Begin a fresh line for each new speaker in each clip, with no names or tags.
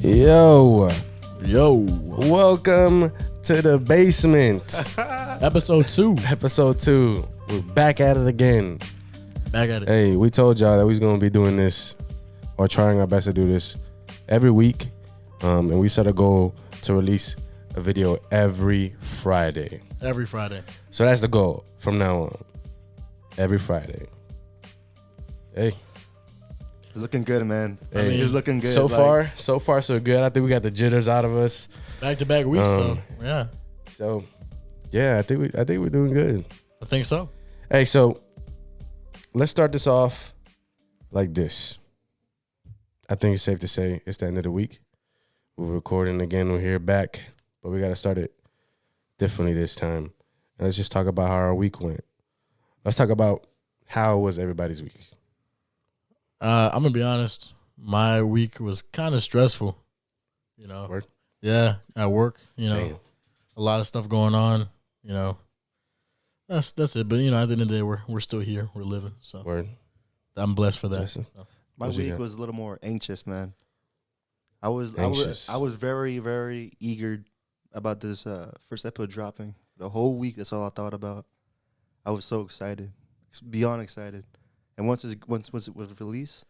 Yo,
Yo,
welcome to the basement,
episode two.
episode two. We're back at it again.
Back at it.
Hey, we told y'all that we was gonna be doing this or trying our best to do this every week, um, and we set a goal to release a video every Friday.
Every Friday.
So that's the goal from now on, every Friday. Hey,
It's looking good, man. I
Hey.
mean, it's looking good.
so
like,
far, so far, so good. I think we got the jitters out of us.
Back to back weeks.
Um,
so yeah,
So, yeah, I think we, I think we're doing good.
I think so.
Hey, so let's start this off like this. I think it's safe to say it's the end of the week. We're recording again. We're here back, but we got to start it differently this time. And let's just talk about how our week went. Let's talk about how was everybody's week.
Uh, I'm gonna be honest. My week was kind of stressful. You know.
Work?
Yeah, at work. You know,
Damn.
a lot of stuff going on. You know. That's that's it. But you know, at the end of the day, we're we're still here. We're living. So
Word.
I'm blessed for that.
Justin?
my
What'd you
week
got?
was a little more anxious, man. I was I
Anxious.
was I was very very eager about this uh, first episode dropping. The whole week, that's all I thought about. I was so excited, s- beyond excited. And once it's, once once it was released,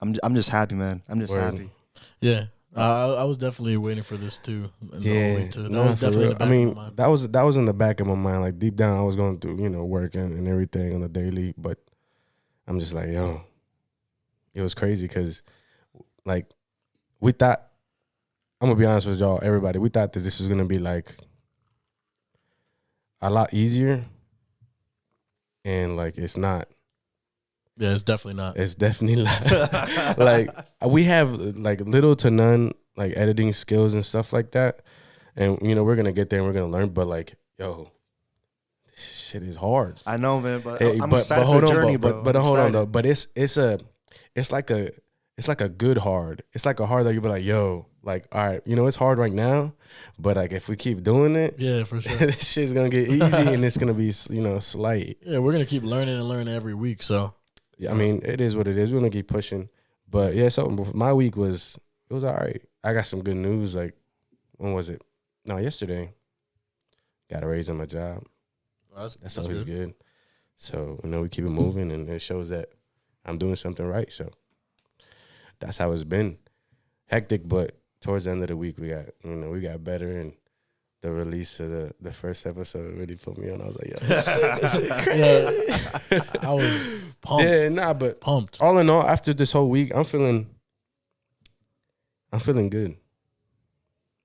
I'm j- I'm just happy, man. I'm just
Word.
happy.
Yeah. Uh, I, I was definitely waiting for this too. and the whole
Yeah,
week, too. That
no,
was
for
definitely in
real.
the back
I mean,
of my mind.
that was that was in the back of my mind. Like deep down, I was going through you know work and, and everything on the daily, but I'm just like, yo, it was crazy because like we thought. I'm gonna be honest with y'all, everybody. We thought that this was gonna be like a lot easier, and like it's not.
yeah, it's definitely not.
It's definitely like, like we have like little to none like editing skills and stuff like that. And you know, we're gonna get there and we're gonna learn, but like, yo, this shit is hard.
I know, man. But
Hey,
I'm
but,
excited
but hold
for the
on,
journey,
but,
bro.
but, but
I'm
hold on
excited.
though. But it's it's a it's like a it's like a good hard. It's like a hard that you be like, yo, like, all right, you know, it's hard right now, but like if we keep doing it,
yeah, for sure.
this shit's gonna get easy and it's gonna be you know slight.
Yeah, we're gonna keep learning and learning every week. So
Yeah, I mean, it is what it is. We're gonna keep pushing. But yeah, so my week was it was all right. I got some good news. Like when was it? No, yesterday. Got a raise on my job.
that's,
That's,
that's
always
good.
good. So you know, we keep it moving, and it shows that I'm doing something right. So that's how it's been. Hectic, but towards the end of the week, we got you know we got better, and the release of the the first episode really put me on. I was like, yo, this shit, this shit crazy.
I was pumped.
yeah, nah, but
Pumped.
all in all, after this whole week, I'm feeling, I'm feeling good.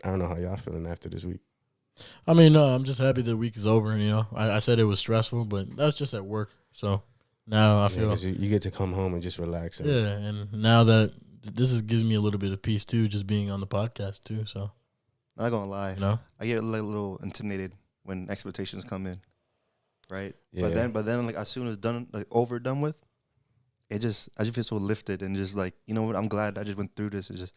I don't know how y'all feeling after this week.
I mean, no, I'm just happy the week is over. And, you know, I, I said it was stressful, but that's just at work. So now I
You, know,
feel
'cause you, you get to come home and just relax. And,
yeah, and now that this is gives me a little bit of peace too, just being on the podcast too. So
Not gonna lie,
you know,
I get a li- little intimidated when expectations come in, right?
Yeah.
But then, but then, like as soon as done, like over done with, it just I just feel so lifted and just like you know what? I'm glad I just went through this. It's just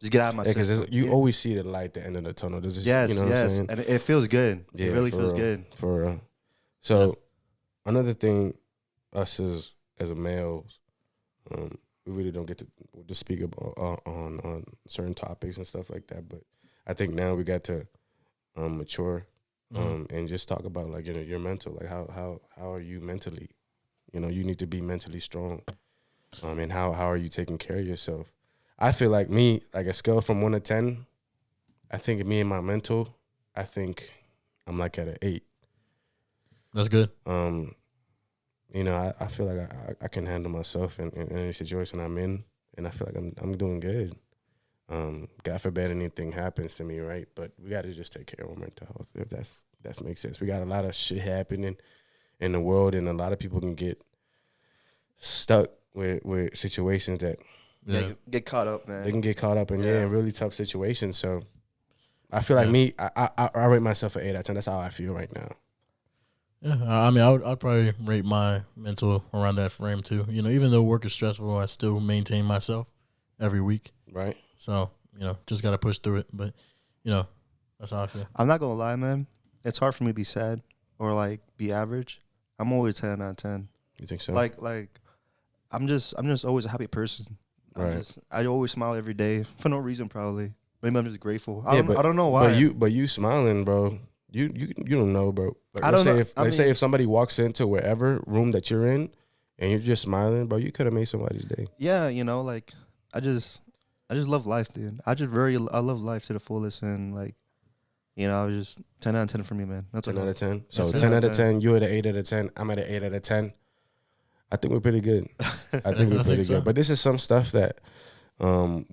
just get out of my
Yeah, 'cause
system.
it's- you
Yeah.
always see the light at the end of the tunnel. This is,
yes,
you know what I'm
yes,
saying?
and it it feels good.
Yeah,
it really
for
feels
real.
good.
For real. So another thing, us as as males, um, we really don't get to to speak about uh, on on certain topics and stuff like that. But I think now we got to um, mature
Mhm.
um, and just talk about like you know your mental, like how how how are you mentally? You know, you need to be mentally strong, um, and how how are you taking care of yourself? I feel like me, like a scale from one to ten, I think me and my mental, I think I'm like at an eight.
that's good.
Um, you know, I, I feel like I, I, I can handle myself in, in any situation I'm in, and I feel like I'm I'm doing good. Um, God forbid anything happens to me, right? But we got to just take care of our mental health. If that's that makes sense, we got a lot of shit happening in the world, and a lot of people can get stuck with with situations that
Yeah,
Yeah,
get- get caught up, man.
they can get caught up in. Yeah,
Yeah.
in really tough situations. So. I feel like
Yeah.
me, I, I I- I rate myself an eight out of ten. That's how I feel right now.
yeah. I I mean, I would I'd probably rate my mental around that frame too. You know, even though work is stressful, I still maintain myself every week.
Right?
So you know, just gotta push through it. But you know, that's how I feel.
I'm not gonna lie, man. It's hard for me to be sad or like be average. I'm always ten out of ten.
You think so?
Like like I'm just I'm just always a happy person.
Right.
I just I always smile every day for no reason probably. Maybe I'm just grateful. I,
Yeah,
don't,
but-
I don't know why.
But you, but you smiling, bro. You, you, you don't know, bro. Like,
I
let's
don't
say
know.
if
I
let's say
mean-
if somebody walks into wherever room that you're in, and you're just smiling, bro, you could have made somebody's day.
yeah, you know, like I just I just love life, dude. I just very I love life to the fullest and like you know, I was just ten out of ten for me, man. That's
Ten
all.
out of ten. So
That's it.
ten out of ten. You at an eight out of ten. I'm at an eight out of ten. I think we're pretty good. I think
I
we're
think
pretty
so.
good. But this is some stuff that, um,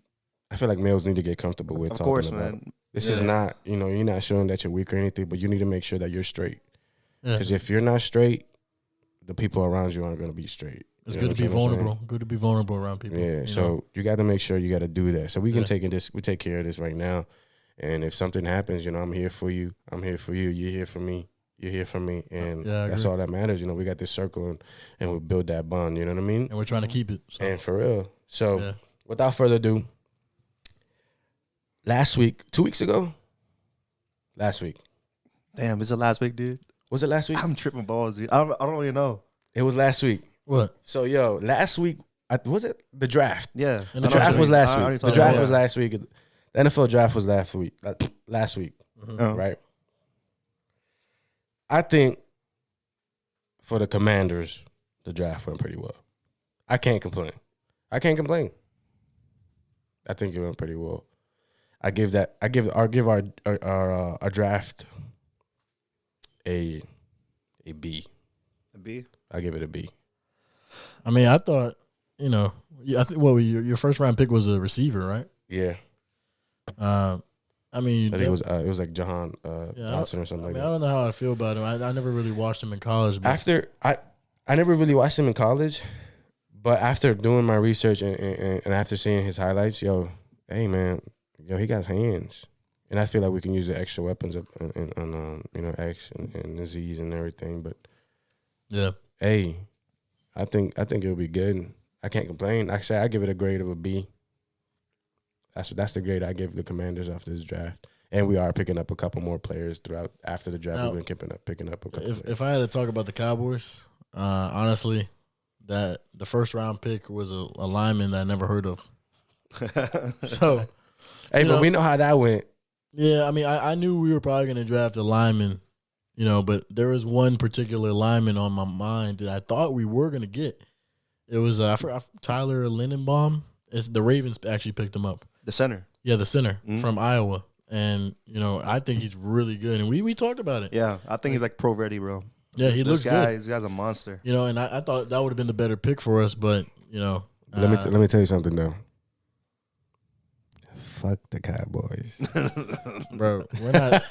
I feel like males need to get comfortable with.
Of
talking
course,
about.
man.
This is
Yeah.
not, you know, you're not showing that you're weak or anything, but you need to make sure that you're straight.
Yeah.
Because if you're not straight, the people around you aren't going to be straight.
It's
You know
good to be
what I'm saying?
vulnerable. Good to be vulnerable around people.
yeah.
you
so
know?
you got to make sure you got to do that. So we can
Yeah.
take it this, we take care of this right now. And if something happens, you know, I'm here for you. I'm here for you. You're here for me. You're here for me. And
yeah, I
that's
agree.
all that matters. You know, we got this circle and, and we build that bond. You know what I mean?
and we're trying to keep it. So,
And for real. So
yeah.
without further ado, last week, two weeks ago, last week,
Damn, it's the last week, dude.
was it last week?
I'm tripping balls, dude. I don't, I don't even know.
It was last week.
What?
So yo, last week I, was it the draft?
Yeah.
The
I
The
don't
draft
know.
was
I
last
already
week. The
talked
draft
about
was
it.
last week. The NFL draft was last week. uh, Last week,
Oh.
Yeah.
right? I think for the Commanders, the draft went pretty well. I can't complain. I can't complain. I think it went pretty well. I give that. I give. I give our our our, uh, our draft a a B.
Oh.
B.
I give it a B.
I mean, I thought, you know, yeah, I think well, your, your first round pick was a receiver, right?
Yeah.
Um, I mean,
I think it was uh, it was like Jahan uh,
Yeah, I
Watson or
I,
something
mean,
like
I
that.
don't know how I feel about him. I, I never really watched him in college, but
After I, I never really watched him in college, but after doing my research and, and, and- and after seeing his highlights, yo, hey man, yo, he got hands, and I feel like we can use the extra weapons up on, on- on um, you know X and, and Z's and everything. But
yeah,
hey, I think I think it'll be good. I can't complain. Like I say I give it a grade of a B. That's that's the grade I give the Commanders after this draft. And we are picking up a couple more players throughout after the draft.
Now-
We've been keeping up, picking up a couple.
if
players.
if I had to talk about the Cowboys, uh, honestly, that the first round pick was a, a lineman that I never heard of. So
hey, but
you know-
we know how that went.
yeah, I mean, I, I knew we were probably going to draft a lineman, you know, but there was one particular lineman on my mind that I thought we were going to get. It was uh, I forgot, Tyler Lindenbaum. It's, the Ravens actually picked him up.
The center.
Yeah, the center
Mm-hmm.
Mhm.
from Iowa. And, you know, I think he's really good. And we, we talked about it. Yeah,
Yeah, I think he's like pro ready, bro.
he
this
looks
guy,
good.
This guy's a monster.
You know, and I, I thought that would have been the better pick for us, but, you know.
let me
uh,
t- let me tell you something though. Fuck the Cowboys.
bro, we're not.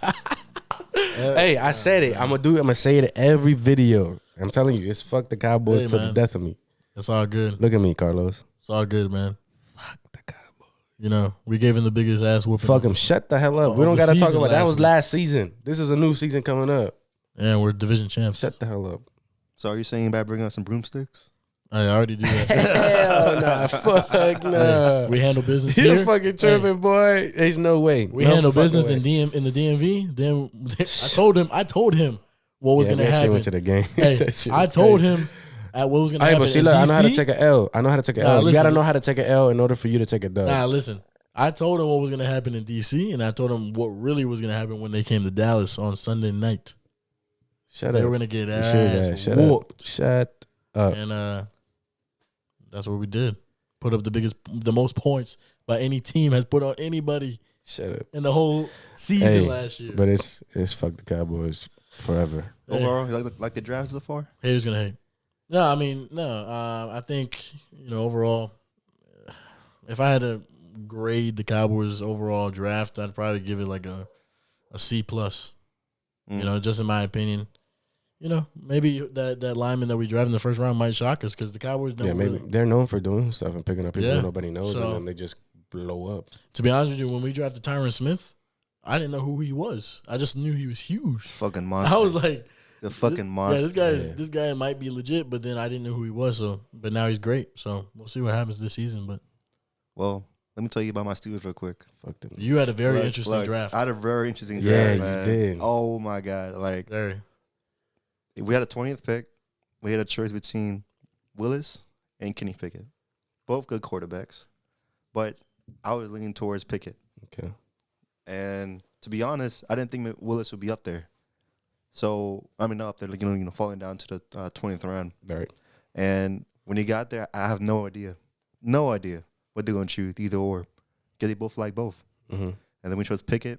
hey, I said it. I'm gonna do. it. I'm gonna say it every video. I'm telling you, it's fuck the Cowboys
Hey,
till the
man.
death of me.
It's all good.
Look at me, Carlos.
It's all good, man.
Fuck the Cowboys.
You know, we gave him the biggest ass whooping.
Fuck them. Shut the hell up.
Of
We don't
the
gotta talk
season
about that.
last
Was
week.
last season. This is a new season coming up.
And we're division champs.
Shut the hell up.
So are you saying about bringing out some broomsticks?
I already do that.
Hell nah. Fuck
Hey,
nah.
we handle business
You're
here.
fucking tripping, boy. There's no way.
We
No
handle
fucking
business
way.
in DM in the DMV. Then I told him. I told him what was
Yeah,
gonna
we actually
happen.
went to the game.
hey,
That shit
I
was
told
crazy.
him at what was gonna
Hey,
happen.
but see,
in
look, I know how to
DC.
take an L. I know how to take an
Nah,
L. You
listen.
gotta know how to take an L in order for you to take a dub.
Nah, listen. I told him what was gonna happen in DC, and I told him what really was gonna happen when they came to Dallas on Sunday night.
Shut
They
up.
were gonna get
You should have.
ass
Shut up.
whooped,
Shut up.
and uh, that's what we did. Put up the biggest, the most points by any team has put on anybody
Shut up.
in the whole season
Hey,
last year.
But it's it's fuck the Cowboys forever.
Hey,
Overall, you like the, like the draft so far?
haters gonna hate. No, I mean no. Uh, I think you know overall, if I had to grade the Cowboys overall draft, I'd probably give it like a a C plus.
Mm.
you know, just in my opinion. You know, maybe that that lineman that we drive in the first round might shock us because the Cowboys don't
yeah, maybe
really.
they're known for doing stuff and picking up people
Yeah.
nobody knows,
So-
and then they just blow up.
To be honest with you, when we drafted Tyron Smith, I didn't know who he was. I just knew he was huge.
Fucking monster.
I was like,
the fucking
yeah, this
monster.
guy is
Yeah.
this guy might be legit, but then I didn't know who he was. So, but now he's great. So we'll see what happens this season. But
well, let me tell you about my Steelers real quick.
Fuck them.
you had a very
Look,
interesting
look,
draft.
I had a very interesting draft.
Yeah, you
man.
did.
Oh my god! Like
very.
we had a twentieth pick. We had a choice between Willis and Kenny Pickett, both good quarterbacks. but I was leaning towards Pickett.
Okay.
And to be honest, I didn't think that Willis would be up there. So I mean, not up there, like you know, you know, falling down to the uh, twentieth round.
All right.
And when he got there, I have no idea, no idea what they're gonna choose either or, because they both like both.
Mm-hmm.
And then we chose Pickett.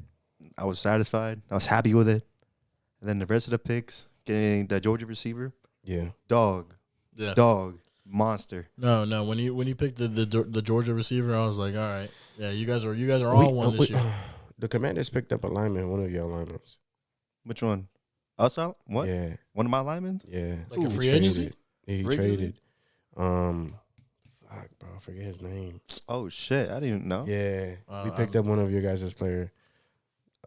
I was satisfied. I was happy with it. And then the rest of the picks, getting the Georgia receiver,
Yeah.
dog,
Yeah.
dog, monster.
No, no. When you when you picked the, the the Georgia receiver, I was like, all right, yeah, you guys are you guys are all
We-
one
uh,
this
we-
year.
the Commanders picked up a lineman, one of your linemen.
Which one? Us out? What?
Yeah.
One of my linemen?
Yeah.
Like a
Ooh,
free
Traded.
agency.
Yeah, he
Free agency?
traded. Um, fuck, bro, I forget his name.
Oh shit! I didn't even know.
Yeah,
Uh,
we picked
I'm-
up one of your guys' player.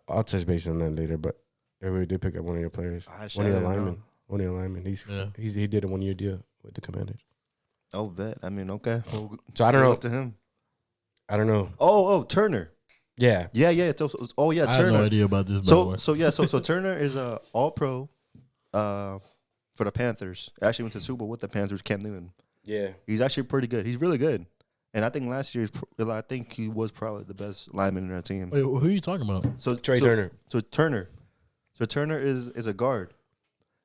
I'll touch base on that later, but they really did pick up one of your players,
Ah, shit,
one
I
of your
didn't know.
linemen, one of your linemen. He's
Yeah.
he's he did a one year deal with the Commanders.
Oh bet. I mean, okay. Well, g-
So I don't
good
know.
luck to him.
I don't know.
Oh, oh, Turner.
Yeah,
Yeah, yeah. It's, also- oh, yeah,
I have
Turner.
no idea about this. By the
So,
way,
so yeah, so so Turner is a All Pro, uh, for the Panthers. Actually went to the Super Bowl with the Panthers. Cam Newton.
yeah.
He's actually pretty good. He's really good. And I think last year, he's pr- I think he was probably the best lineman in our team.
wait, who are you talking about?
So
Trey
so-
Turner.
So Turner, so Turner is is a guard,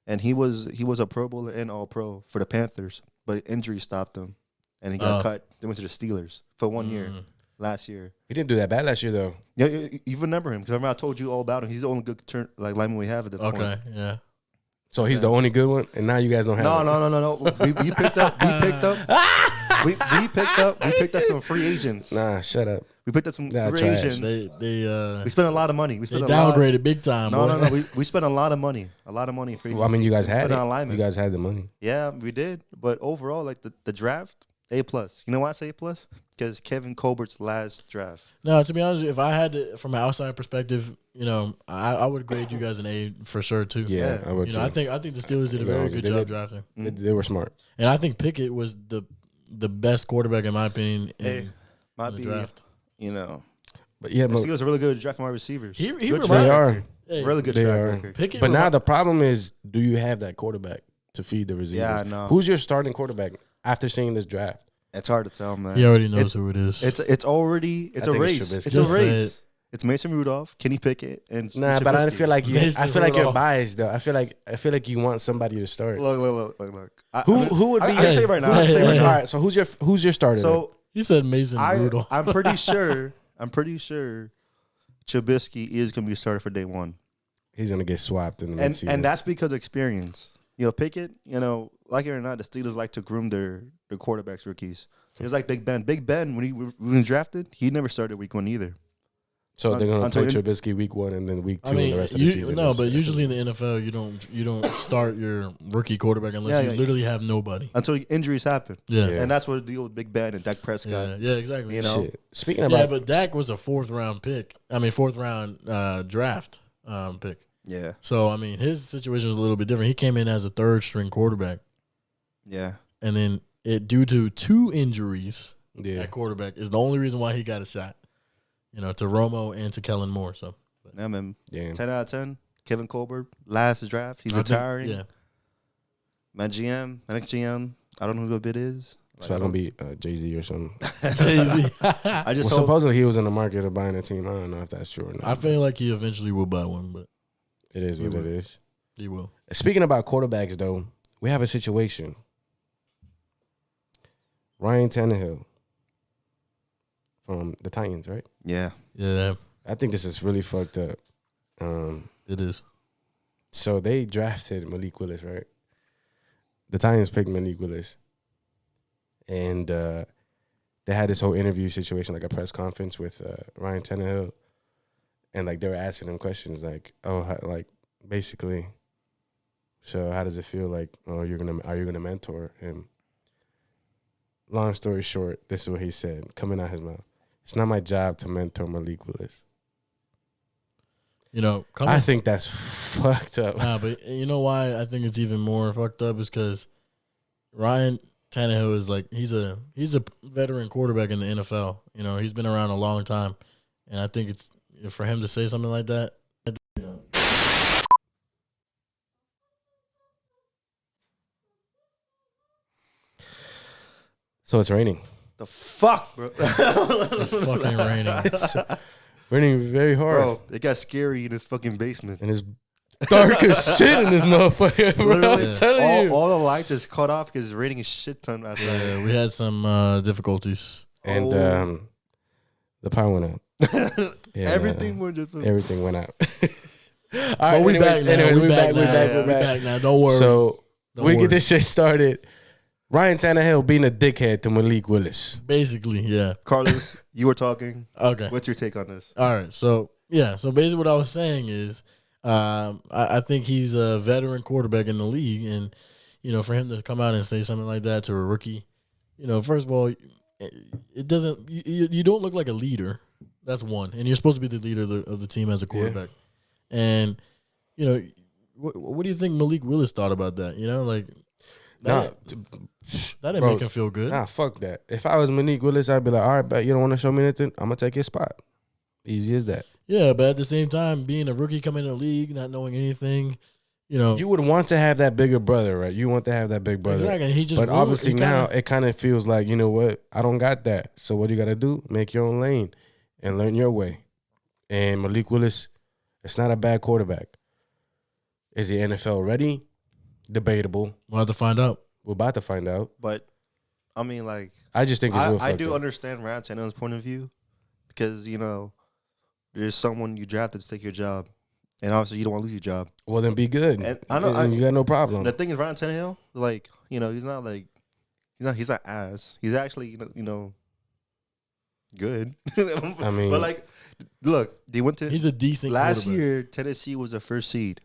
and he was he was a Pro Bowler and All Pro for the Panthers, but injury stopped him, and he got
Oh.
cut. They went to the Steelers for one year
Mm.
last year.
He didn't do that bad last year though.
Yeah, you, you remember him because remember I told you all about him. He's the only good turn like lineman we have at the
Okay,
point.
yeah.
So he's the only good one, and now you guys don't have.
No,
it.
no, no, no, no. We, we picked up. We picked up. we, we picked up. We picked up some free agents.
Nah, shut up.
We picked up some
Nah,
free
trash.
agents.
They they uh
We spent a lot of money. We
they
spent a lot.
downgraded big time. boy.
No, no, no. We, we spent a lot of money. A lot of money. For
Well, I mean, you guys had
Put it on
it.
linemen.
You guys had the money.
Yeah, we did. But overall, like the, the draft, A plus. You know why I say A plus? Because Kevin Colbert's last draft.
No, to be honest, if I had to, from an outside perspective, you know, I, I would grade you guys an A for sure too.
Yeah,
Yeah.
I would.
You know, I
too.
think I think the Steelers did a
No,
very
uh, they
good
did
job
it.
drafting,
they, they were smart.
and I think Pickett was the the best quarterback in my opinion
Mm.
in,
Hey,
in
might
the
be
draft.
you know.
But yeah,
The
but
Steelers are really good at drafting wide receivers.
He- he
good
reminds-
track
They are.
record.
Hey,
really good
They
track
are.
record.
Pickett,
But now
remi-
the problem is, do you have that quarterback to feed the receivers?
Yeah, I know.
Who's your starting quarterback after seeing this draft?
It's hard to tell, man.
he already knows
It's-
who it is.
It's it's already it's
I
a
think it's
race. It's,
Trubisky.
a
Just say
race. It's Mason Rudolph, Kenny Pickett, and
Nah, but I feel like you.
Mason
I feel like you're
Rudolph.
biased though. I feel like I feel like you want somebody to start.
look, look, look, look, look. I,
Who
I-
who would
I,
be?
I, can say right now. I can say right
All
now.
right, so who's your who's your starter?
So
he said Mason
I,
Rudolph.
I'm pretty sure. I'm pretty sure. Trubisky is going to be started for day one,
then? he's gonna get swapped in the
and
midseason.
and that's because of experience. You know, Pickett. You know, like it or not, the Steelers like to groom their their quarterbacks rookies. It's like Big Ben. Big Ben, when he was when he was drafted, he never started week one either.
so they're gonna
until
play
in-
Trubisky week one and then week two
I mean,
and the rest of
you-
the season.
no,
is-
but usually in the NFL, you don't you don't start your rookie quarterback unless
Yeah,
you
yeah.
literally have nobody.
Until injuries happen,
Yeah,
Yeah.
yeah,
and that's what the deal with Big Ben and Dak Prescott.
yeah, yeah exactly.
You know,
Shit. Speaking
yeah,
about
but Dak was a fourth round pick. I mean, fourth round uh, draft um, pick.
Yeah,
So I mean, his situation was a little bit different. He came in as a third string quarterback,
yeah.
and then it due to two injuries
yeah,
at quarterback is the only reason why he got a shot. You know, to Romo and to Kellen Moore. So
I mean,
damn.
ten out of ten. Kevin Colbert, last draft, he's
I think-
retiring.
yeah,
My GM, my next GM, I don't know who it is.
It's probably gonna be uh, Jay Z or something.
Jay-Z.
I
Well,
just hope
supposedly he was in the market of buying a team. I don't know if that's true or not.
I feel like he eventually will buy one, but
it is
He
what it
would.
is.
he will.
Speaking about quarterbacks, though, we have a situation. Ryan Tannehill from the Titans, right?
Yeah.
Yeah,
I think this is really fucked up. Um,
it is.
so they drafted Malik Willis, right? The Titans picked Malik Willis, and uh, they had this whole interview situation, like a press conference with uh, Ryan Tannehill, and like they were asking him questions, like, "Oh, how, like basically, so how does it feel like? Oh, you're gonna are you gonna mentor him?" Long story short, this is what he said coming out his mouth. It's not my job to mentor Malik Willis.
You know,
I
coming
think that's fucked up.
Nah, but you know why I think it's even more fucked up is because Ryan Tannehill is like he's a he's a veteran quarterback in the NFL. You know, he's been around a long time, and I think it's for him to say something like that.
So it's raining.
the fuck, bro?
It's fucking raining.
It's raining very hard.
bro, it got scary in his fucking basement.
And it's dark as shit in this motherfucker, bro.
Literally,
I'm telling
all,
you.
all the lights just cut off because it's raining a shit ton outside.
Yeah, we had some uh, difficulties.
and
Oh.
um, the power went out. Yeah,
everything went just.
everything went out. All
But
right,
we
anyways-
back now.
anyways,
we,
we
back, now.
we back,
we
we back.
back now. Don't worry.
So
Don't
we
worry.
get this shit started. Ryan Tannehill being a dickhead to Malik Willis.
Basically, yeah.
Carlos, you were talking.
Okay.
What's your take on this?
All right. So yeah. So basically, what I was saying is, um, I, I think he's a veteran quarterback in the league, and you know, for him to come out and say something like that to a rookie, you know, first of all, it, it doesn't. You, you you don't look like a leader. That's one, and you're supposed to be the leader of the, of the team as a quarterback. And you know, what, what do you think Malik Willis thought about that? You know, like
Nah,
that, that didn't
bro,
make him feel good.
Nah, fuck that. If I was Malik Willis, I'd be like, all right, but you don't want to show me anything. I'm gonna take your spot. Easy as that.
Yeah, but at the same time, being a rookie coming in the league, not knowing anything, you know,
You would want to have that bigger brother, right? You want to have that big brother.
Exactly. He just
But
ruined-
obviously
he
now
kinda-
it kind of feels like you know what I don't got that. So what you got to do? Make your own lane and learn your way. And Malik Willis, it's not a bad quarterback. Is he NFL ready? Debatable.
we'll have to find out.
We're about to find out.
But I mean, like,
I just think it's
I,
real
I
fucked
do
up.
understand Ryan Tannehill's point of view because you know there's someone you drafted to take your job, and obviously you don't want to lose your job.
Well, then be good.
And I know-
And
I-
you got no problem.
The thing is, Ryan Tannehill, like you know, he's not like he's not he's not ass. He's actually you know you know good. I
mean-
but like, look, they went to
He's a decent
last
quarterback.
year. Tennessee was the first seed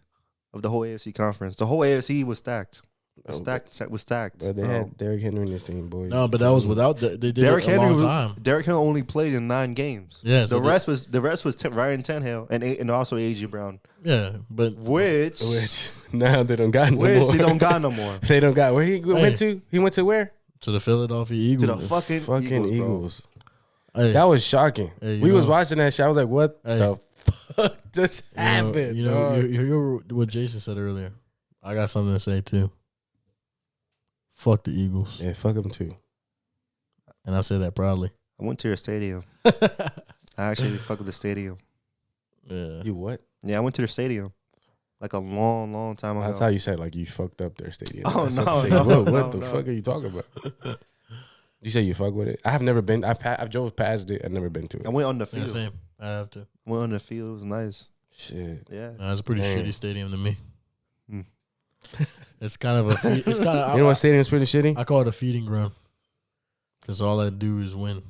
of the whole AFC conference. The whole AFC was stacked. Was
Oh,
stacked sta- was stacked.
Bro, they
bro.
had Derrick Henry in this team, boy.
No, but that was without the, they did
Derrick
it a
Henry,
long
was-
time.
Um, Derrick Henry only played in nine games.
Yeah, so
the
the-
rest was the rest was Tim, Ryan Tannehill and A- and also AJ Brown,
Yeah, but
which which,
Which now they don't got no more.
they don't got no more
They don't got where he
Hey.
went to. He went to where?
to the Philadelphia
to
Eagles.
the fucking,
Fucking
Eagles.
Eagles.
bro.
hey,
That was shocking.
Hey, you
we was
know-
watching that shit. I was like, what
Hey.
the fuck just happened?
you know, you know
dog?
you, you hear what Jason said earlier. I got something to say too. Fuck the Eagles,
yeah, fuck them too.
and I say that proudly.
I went to their stadium. I actually fucked with the stadium.
yeah,
You what?
Yeah, I went to their stadium like a long, long time ago.
That's how you said like you fucked up their stadium.
Oh,
That's what
no,
I'm saying.
no,
Whoa, what
no,
the
no.
fuck are you talking about? you say you fuck with it. I have never been. I pa- I've drove past it. I've never been to
I
it.
went on the
yeah
field.
same. I have to.
went on the field. It was nice.
Shit.
Yeah.
Nah, it's a pretty
Damn.
shitty stadium to me.
Hmm.
it's kind of a. fe- It's kind of.
You know what stadium's pretty shitty?
I call it a feeding ground because all I do is win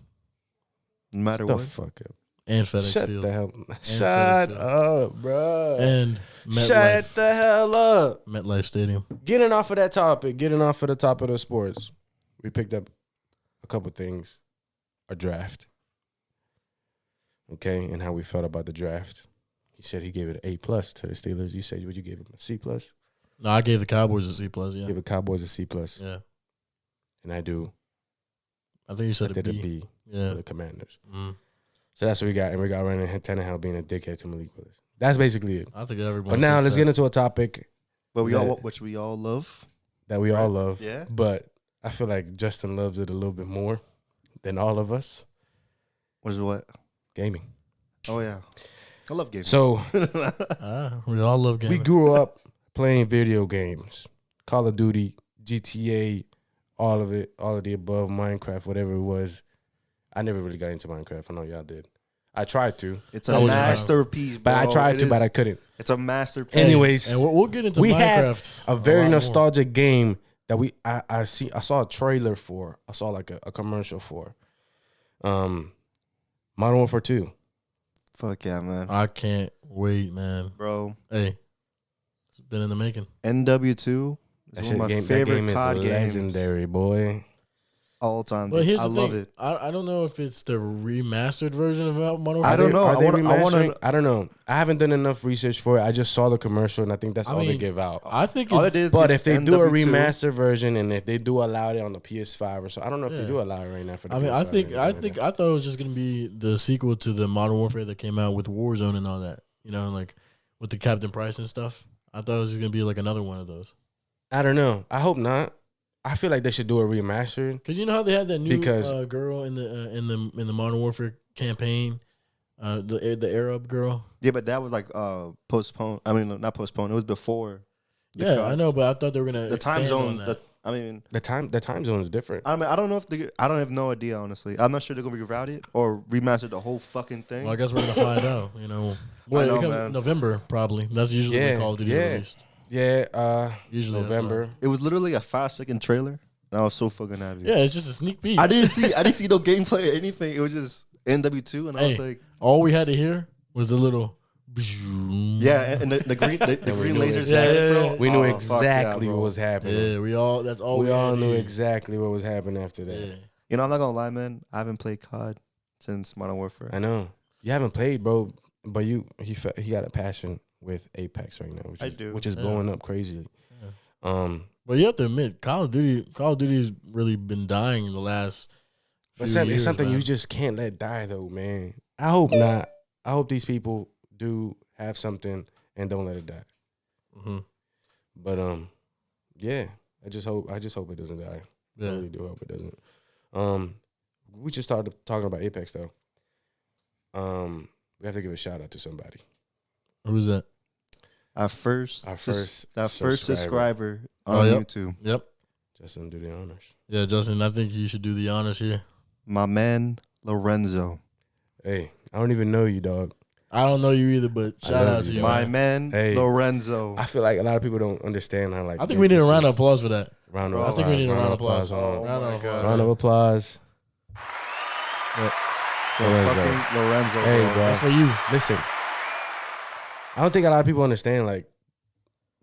No matter
the
what.
fuck up.
and FedEx
Shut
Field
the hell.
FedEx
Shut
Field.
up, bro.
and
Shut
MetLife,
the hell up.
MetLife Stadium.
getting off of that topic, getting off of the top of the sports, we picked up a couple things. A draft. Okay, and how we felt about the draft. He said he gave it an A plus to the Steelers. You said would you give him a C plus?
No, I gave the Cowboys a C plus. Yeah,
Give the Cowboys a C plus.
yeah.
And I do.
I think you
I
said a
did a
B.
B
Yeah.
for the commanders.
Mm.
So that's what we got. And we got Ryan Tannehill being a dickhead to Malik Willis. That's basically it.
I think everyone.
But now
thinks
let's
that.
get into a topic
But we
that-
all which we all love.
that we all
Right.
love.
Yeah.
But I feel like Justin loves it a little bit more than all of us.
Was what?
Gaming.
Oh yeah. I love games.
So
Ah, we all love
we
gaming.
grew up playing video games, Call of Duty, GTA, all of it, all of the above, Minecraft, whatever it was. I never really got into Minecraft. I know y'all did. I tried to,
it's
I
a
was just-
masterpiece,
uh, but
bro.
I tried
It
to, but
is-
I couldn't.
it's a masterpiece.
Hey,
Anyways,
and we'll, we'll get into
we had
Minecraft.
a very
lot more.
nostalgic game that we I, I see I saw a trailer for. I saw like a, a commercial for. Um, Modern Warfare Two.
Fuck yeah,
Uh,
man.
I can't wait, man.
Bro,
Hey, it's been in the making.
NW2
That,
is
shit,
one of my
game, that
favorite
game is
COD games
legendary, boy.
all time.
But
dude.
here's
I
the
love
thing.
it.
I, I don't know if it's the remastered version of Modern
I
Are
Warfare.
don't
they-
know.
are they
wanna- I wanna-
remastering? I don't know. I haven't done enough research for it. I just saw the commercial, and I think that's
I
all they
mean,
give out.
I think
All
it's
it is,
But if
it's
they do a
NW2.
remaster version, and if they do allow it on the PS5 or so, I don't know if
Yeah.
they do allow it right now for. The
I mean, I
PS5 or
think I
anything like
think
that.
I thought it was just gonna be the sequel to the Modern Warfare that came out with Warzone and all that. You know, like with the Captain Price and stuff. I thought it was just gonna be like another one of those.
I don't know. I hope not. I feel like they should do a remastered.
Because you know how they had that new
Because-
uh, girl in the uh, in the in the Modern Warfare campaign, uh, the the Arab girl.
Yeah, but that was like uh postponed. I mean, not postponed. It was before The
yeah,
co-
I know, but I thought they were gonna
the time
expand on
zone.
that.
The, I mean,
The time the time zone is different.
I mean, I don't know if they. I don't have no idea honestly. I'm not sure they're gonna reroute it or remaster the whole fucking thing.
Well, I guess we're gonna find out. You know, Well,
know,
it comes-
man.
November probably. That's usually
Yeah,
when Call of Duty
yeah.
released.
Yeah, uh
Usually that's
November.
it was literally a five second trailer, and I was so fucking happy.
Yeah, it's just a sneak peek.
I didn't see. I didn't see no gameplay or anything. It was just NW2, and I was
Hey.
like,
All we had to hear was the little.
yeah, and, and the, the green, the, the
we
green
knew
lasers.
it.
Yeah,
at it,
yeah,
bro.
yeah.
We knew
Oh, fuck yeah,
exactly
bro.
what was happening.
Yeah, we all. That's all we,
We all
had to
knew
hear.
exactly what was happening after that.
Yeah.
You know, I'm not gonna lie, man. I haven't played COD since Modern Warfare.
I know you haven't played, bro, but you he fe- he got a passion with Apex right now, which
I
is,
do.
which is
Yeah.
blowing up crazily.
Yeah.
Um,
But you have to admit, Call of Duty, Call of Duty's really been dying in the last.
but
few
some- it's
years,
something
man.
you just can't let die, though, man. I hope not. I hope these people do have something and don't let it die.
Mhm.
But um, yeah, I just hope I just hope it doesn't die. I
Yeah.
really do hope it doesn't. Um, we just started talking about Apex though. Um, we have to give a shout out to somebody.
Who's that?
Our first,
Our first
sus- our first subscriber on
Oh, yep.
YouTube.
Yep.
Justin, do the honors.
Yeah, Justin. I think you should do the honors here.
My man Lorenzo.
Hey, I don't even know you, dog.
I don't know you either, but
I
shout
love
out to
you,
you.
My
man.
man
Hey.
Lorenzo.
I feel like a lot of people don't understand how like.
I think we need a round of
of
applause for that.
round of
Bro,
applause.
I think we
need a round of applause.
on-
Oh my
round of
God.
applause.
round of applause.
For
Lorenzo.
Fucking Lorenzo.
Hey,
bro.
bro.
That's for you.
Listen, I don't think a lot of people understand like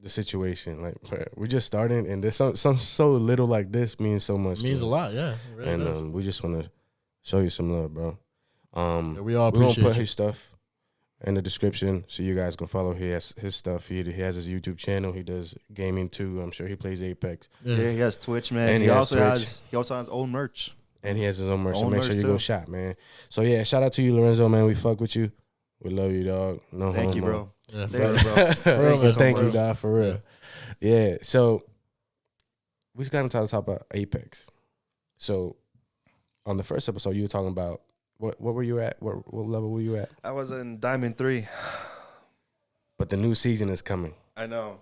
the situation. Like we're just starting, and there's some some so little like this means so much.
It
to
means a
us.
lot. Yeah. It really
and
does.
um, we just want to show you some love, bro. Um,
Yeah, we all
we're gonna
appreciate
put
you.
his stuff in the description, so you guys can follow his his stuff. He he has his YouTube channel. He does gaming too. I'm sure he plays Apex,
Yeah.
Yeah, he has Twitch, man.
And he
he,
has
also
Twitch.
has he also has own merch.
and he has his own merch. So
Own
make
merch,
sure you
too.
go shop, man. So yeah, shout out to you, Lorenzo, man. We fuck with you. We love you, dog. No,
Thank you,
homo.
bro.
Yeah,
Thank
for-
you, bro.
For
real,
real,
man.
thank
For
you,
real.
dog, for real. Yeah. So we just got into the top about Apex. So on the first episode, you were talking about what what were you at? What what level were you at?
I was in Diamond Three.
But the new season is coming.
I know.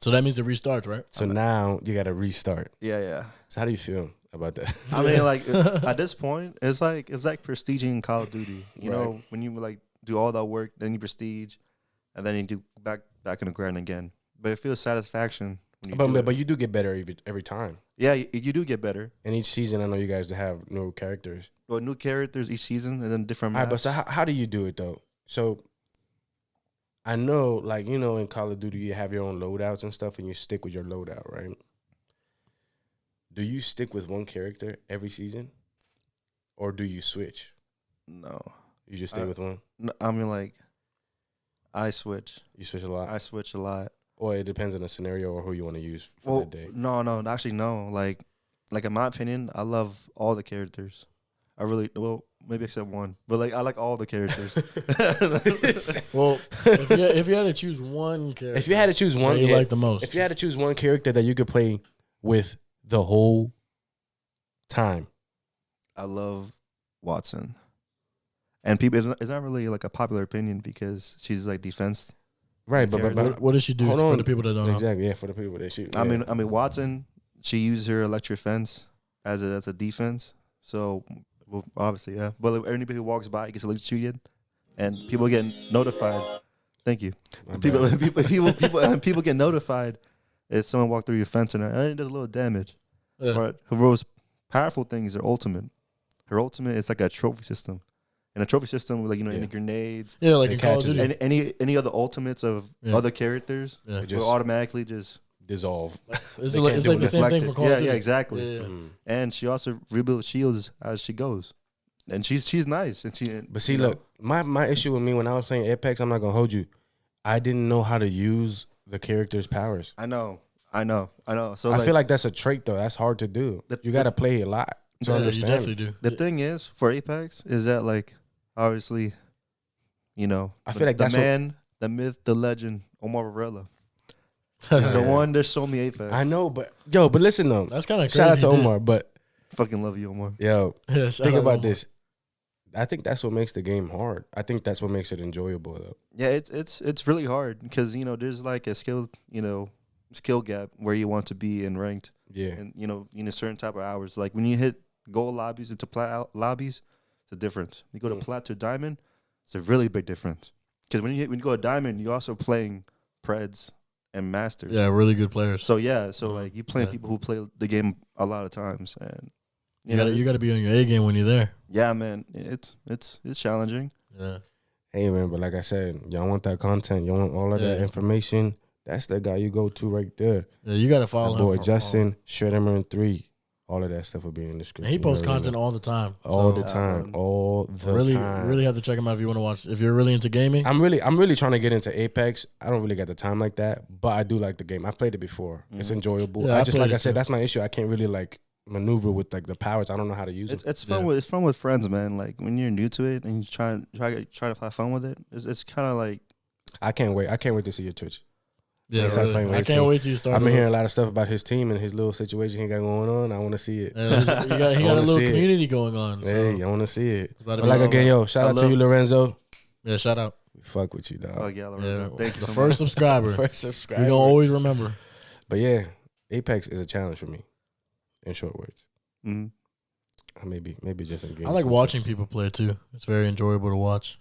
So that means it restarts, right?
So now you got to restart.
Yeah, yeah.
So how do you feel about that?
I mean, like at this point, it's like it's like prestige in Call of Duty. You
Right.
know, when you like do all that work, then you prestige, and then you do back back in the ground again. But it feels satisfaction. When you
but
do
but,
it.
but you do get better every, every time.
yeah, you, you do get better.
And each season, I know you guys have new characters.
Well, new characters each season, and then different.
All right, but
Maps.
so how, how do you do it though? So I know, like you know, in Call of Duty, you have your own loadouts and stuff, and you stick with your loadout, right? Do you stick with one character every season, or do you switch?
no,
You just stay
Uh,
with one.
No, I mean like, I switch.
You switch a lot,
I switch a lot.
or it depends on the scenario or who you want to use for
Well,
that day.
no, no, actually, no. Like, like in my opinion, I love all the characters. I really well, maybe except one, but like I like all the characters.
Well, if you, if you had to choose one character,
if you had to choose
that
one,
you
yeah,
like the most,
if you had to choose one character that you could play with the whole time,
I love Watson, and people. It's not, it's not really like a popular opinion because she's like defense.
right? But but,
what,
but
what does she do
Hold
for
on.
the people that don't know?
exactly, yeah, for the people that shoot.
I
yeah.
mean, I mean Watson. She used her electric fence as a as a defense. So, well, obviously, yeah. But like, anybody who walks by gets electrocuted, and people get notified. Thank you.
My
people,
bad.
people, people, people, and people get notified if someone walked through your fence and and it does a little damage.
Yeah.
But her most powerful thing is her ultimate. Her ultimate is like a trophy system, and a trophy system with like you know
Yeah.
any grenades,
Yeah, like
It
in Call of
catches
Duty.
it.
any any any other ultimates of
Yeah.
other characters
Yeah.
It
will automatically just
dissolve.
It's,
They
like,
can't
it's
do
like the
it.
same thing
deflect
for
it.
Call
yeah,
of Duty.
yeah, exactly.
Yeah, yeah.
Mm.
And she also rebuilds shields as she goes, and she's she's nice, and she.
But see,
you know,
look, my my issue with me when I was playing Apex, I'm not gonna hold you. I didn't know how to use the character's powers.
I know, I know, I know. So
I feel like that's a trait though. That's hard to do.
The-
you got to play a lot to
Yeah, you
understand.
definitely do.
The thing is for Apex is that like obviously, you know,
I
the-
feel like
the
that's what-
man, the myth, the legend, Omar Varela. He's the
Yeah.
one that showed me Apex.
I know, but yo, but listen though.
That's kind of crazy.
Shout out to
dude.
Omar, but
Fucking love you, Omar.
yo,
Yeah, shout
think
out
about
Omar.
this. I think that's what makes the game hard. I think that's what makes it enjoyable though.
Yeah, it's it's it's really hard because you know there's like a skill you know skill gap where you want to be in ranked
Yeah.
and you know in a certain type of hours. Like when you hit gold lobbies into plat lobbies, it's a difference. You go to
Mm.
plat to diamond, it's a really big difference. Because when you hit, when you go to diamond, you're also playing preds and masters.
Yeah, really good players.
So yeah, so like you playing
Yeah.
people who play the game a lot of times, and
you gotta you gotta be on your A game when you're there.
yeah, man, it's it's it's challenging.
Yeah,
Hey man, but like I said, y'all want that content, y'all want all of that
Yeah.
information. That's the guy you go to right there.
yeah you gotta
That
follow him.
boy
for-
Justin Schrodinger three. All of that stuff will be in the
And
script.
he posts content all the time.
all
so
the time.
Um,
All the
really,
time.
really have to check him out if you want to watch. If you're really into gaming,
I'm really I'm really trying to get into Apex. I don't really got the time like that, but I do like the game. I've played it before. It's
Mhm.
enjoyable.
Mm. Yeah,
I
I
just
played
like
it
I said,
too.
that's my issue. I can't really like maneuver with like the powers. I don't know how to use
It's
it.
it's fun
Yeah.
with it's fun with friends, man. Like when you're new to it and you try try try to have fun with it, it's, it's kind of like
I can't wait. I can't wait to see your Twitch.
yeah,
Besides
really.
playing with
I
his
can't
team.
wait till you start.
I've been
to-
hearing a lot of stuff about his team and his little situation he got going on. I want to see it.
Yeah, he's- he got,
I
he got
wanna see
a little
it.
community going on. So
Hey, I want to see it.
it's about
But
to
like
be
love
over.
again, yo, shout
I
out to you,
love-
Lorenzo.
yeah, shout out.
We fuck with you, dog.
oh yeah, Lorenzo,
Yeah,
thank you
the
so
first
much.
subscriber.
First
We're
subscriber.
gonna always remember.
but yeah, Apex is a challenge for me. In short words,
Mhm.
Uh, maybe maybe just in game.
I like watching people play too. It's very enjoyable to watch.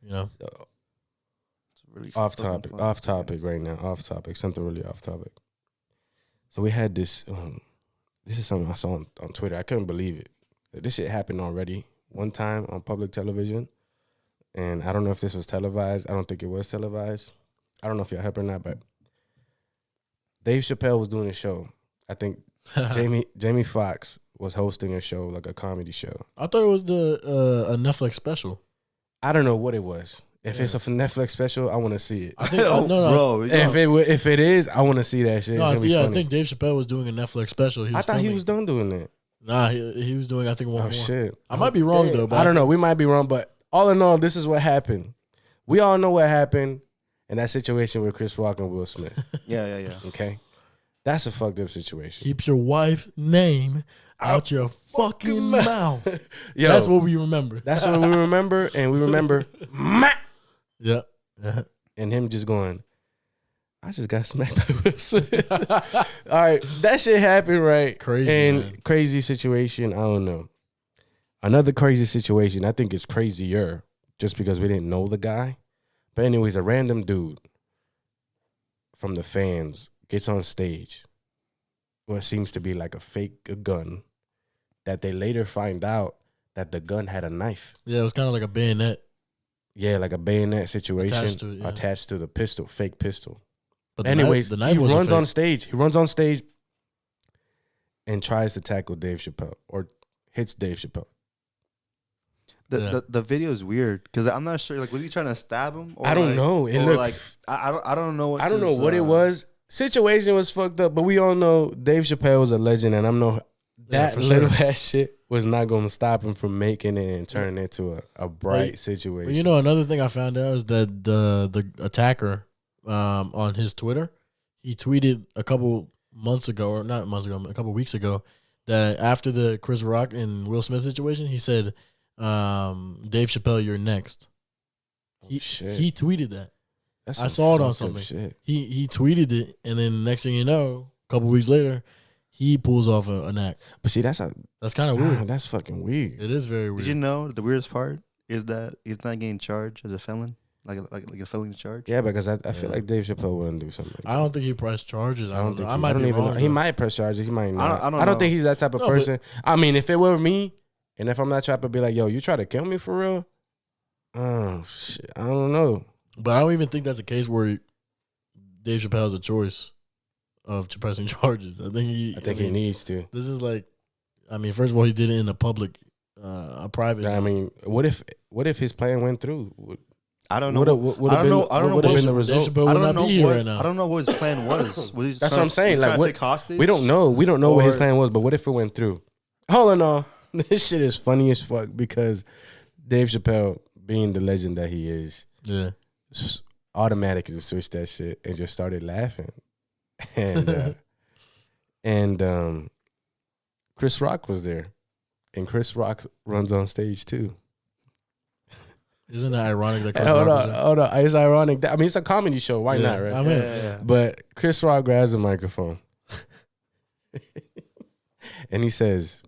You know,
It's really
off
fucking
topic,
fun.
off topic right now, off topic, something really off topic. So we had this. Um, this is something I saw on, on Twitter. I couldn't believe it. That This shit happened already one time on public television, and I don't know if this was televised. I don't think it was televised. I don't know if y'all heard or not, but Dave Chappelle was doing a show. I think
Uh-huh.
Jamie Jamie Foxx was hosting a show like a comedy show.
I thought it was the uh, a Netflix special.
I don't know what it was. If it's a
Yeah.
Netflix special, I want to see it.
I think
oh,
no, no,
bro, it's
If
not-
it wa- if it is, I want to see that shit. It's
no. I,
gonna be
yeah, I
funny.
think Dave Chappelle was doing a Netflix special. He
I
was
thought he
filming.
was done doing it.
Nah, he, he was doing I think one
Oh
more.
shit!
I might be wrong, though, but
I
I
don't know. We might be wrong, but all in all, this is what happened. We all know what happened in that situation with Chris Rock and Will Smith.
yeah, yeah, yeah.
Okay, that's a fucked up situation.
Keeps your wife's name out your fucking mouth.
Yo,
That's what we remember.
that's what we remember, and we remember "Ma!"
yeah. Yeah.
and him just going. I just got smacked by Will Smith. all right, that shit happened, right?
Crazy,
and
man.
crazy situation. I don't know. Another crazy situation. I think it's crazier just because we didn't know the guy. But anyways, a random dude from the fans gets on stage. What seems to be like a fake gun that they later find out that the gun had a knife.
Yeah, it was kind of like a bayonet,
Yeah, like a bayonet situation
Attached to it, yeah.
attached to the pistol, fake pistol.
but the
Anyways,
knife, the knife
he
wasn't
runs
fake.
on stage. He runs on stage and tries to tackle Dave Chappelle or hits Dave Chappelle.
The,
Yeah.
the the video is weird because I'm not sure. Like, was he trying to stab him? Or
I don't
like-
know. It
or
looked.
like I, I don't I don't know. What
I don't know
his,
what
uh,
it was. Situation was fucked up, but we all know Dave Chappelle was a legend, and I'm no
Yeah,
that
for
little
sure.
ass shit was not going to stop him from making it and turning it to a, a bright
Well,
situation.
Well, you know, another thing I found out is that the the attacker um, on his Twitter, he tweeted a couple months ago, or not months ago, a couple weeks ago, that after the Chris Rock and Will Smith situation, he said, um, "Dave Chappelle, you're next."
Oh,
He
shit.
he tweeted that.
That's some
I saw it on
fucked up
something.
Shit.
He he tweeted it, and then next thing you know, a couple weeks later, he pulls off a, an act.
But see, that's a,
That's kind of
ah,
weird.
that's fucking weird.
It is very
Did
weird.
you know the weirdest part is that he's not getting charged as a felon, like like like a felony charge.
Yeah, because I, I feel
Yeah.
like Dave Chappelle wouldn't do something.
I don't think he pressed charges. I,
I
don't.
don't
Know.
think
I
he-
might
don't
be
even
wrong.
know. He
though.
might press charges. He might not. I don't,
don't- I don't know.
think he's that type of
No, but-
person. I mean, if it were me, and if I'm that type of be like, yo, you try to kill me for real? Oh shit, I don't know.
But I don't even think that's a case where Dave Chappelle has a choice of ch- pressing charges. I think he.
I think he
mean,
needs to.
This is like, I mean, first of all, he did it in a public, uh, a private.
I mean, what if what if his plan went through? What
I don't know.
would have been,
I don't know- I don't
what would've
know
been
what-
the
Dave
result?
Chappelle
I
would not
don't know
be here
what,
right now.
I don't know what his plan was. was he
That's
trying-
what I'm saying,
he's
like,
trying to
what-
take hostage?
We don't know. We don't know what his
Or-
plan was, but what if it went through? All in all, this shit is funny as fuck because Dave Chappelle, being the legend that he is,
yeah.
s- automatic just switched that shit and just started laughing. And uh, and um, Chris Rock was there, and Chris Rock runs on stage too.
Isn't that ironic that Chris
hold
Rock
on,
was
hold on, it's ironic. that- I mean, it's a comedy show. Why
Yeah,
not, right?
I mean,
But Chris Rock grabs the microphone and he says,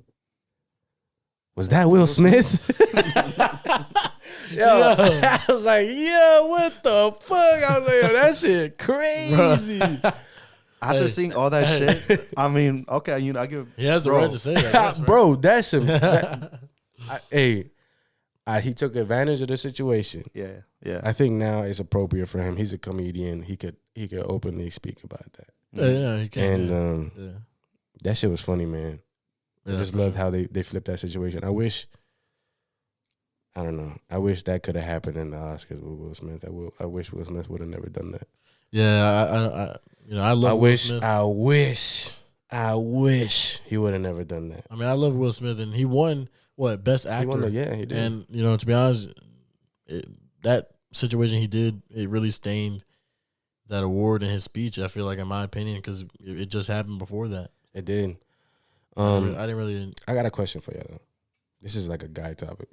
Was that Will Smith? yo, I was like, Yo, what the fuck? I was like, Yo, that shit crazy.
After
Hey.
uh,
seeing all that
Hey.
shit, I mean, okay, you know, I give.
he has the
Bro.
right to say that, that's right.
Bro, that's him. I, hey, I, he took advantage of the situation.
Yeah, yeah.
I uh, think now it's appropriate for him. He's a comedian. He could he could openly speak about that.
yeah,
Mm.
yeah, he can't.
And
yeah.
um,
yeah.
that shit was funny, man. I
Yeah,
just
for
loved
sure.
how they, they flipped that situation. I wish, I don't know. I wish that could have happened in the Oscars with Will Smith. I will. I wish Will Smith would have never done that.
Yeah, I, I, I, you know, I love.
I
Will
wish.
Smith.
I wish. I wish he would have never done that.
I mean, I love Will Smith, and he won what best actor.
He won the, yeah, he did.
And you know, to be honest, it, that situation he did it really stained that award in his speech. I feel like, in my opinion, because it, it just happened before that.
it did.
I
Um,
re- I didn't really.
I got a question for you though. This is like a guy topic.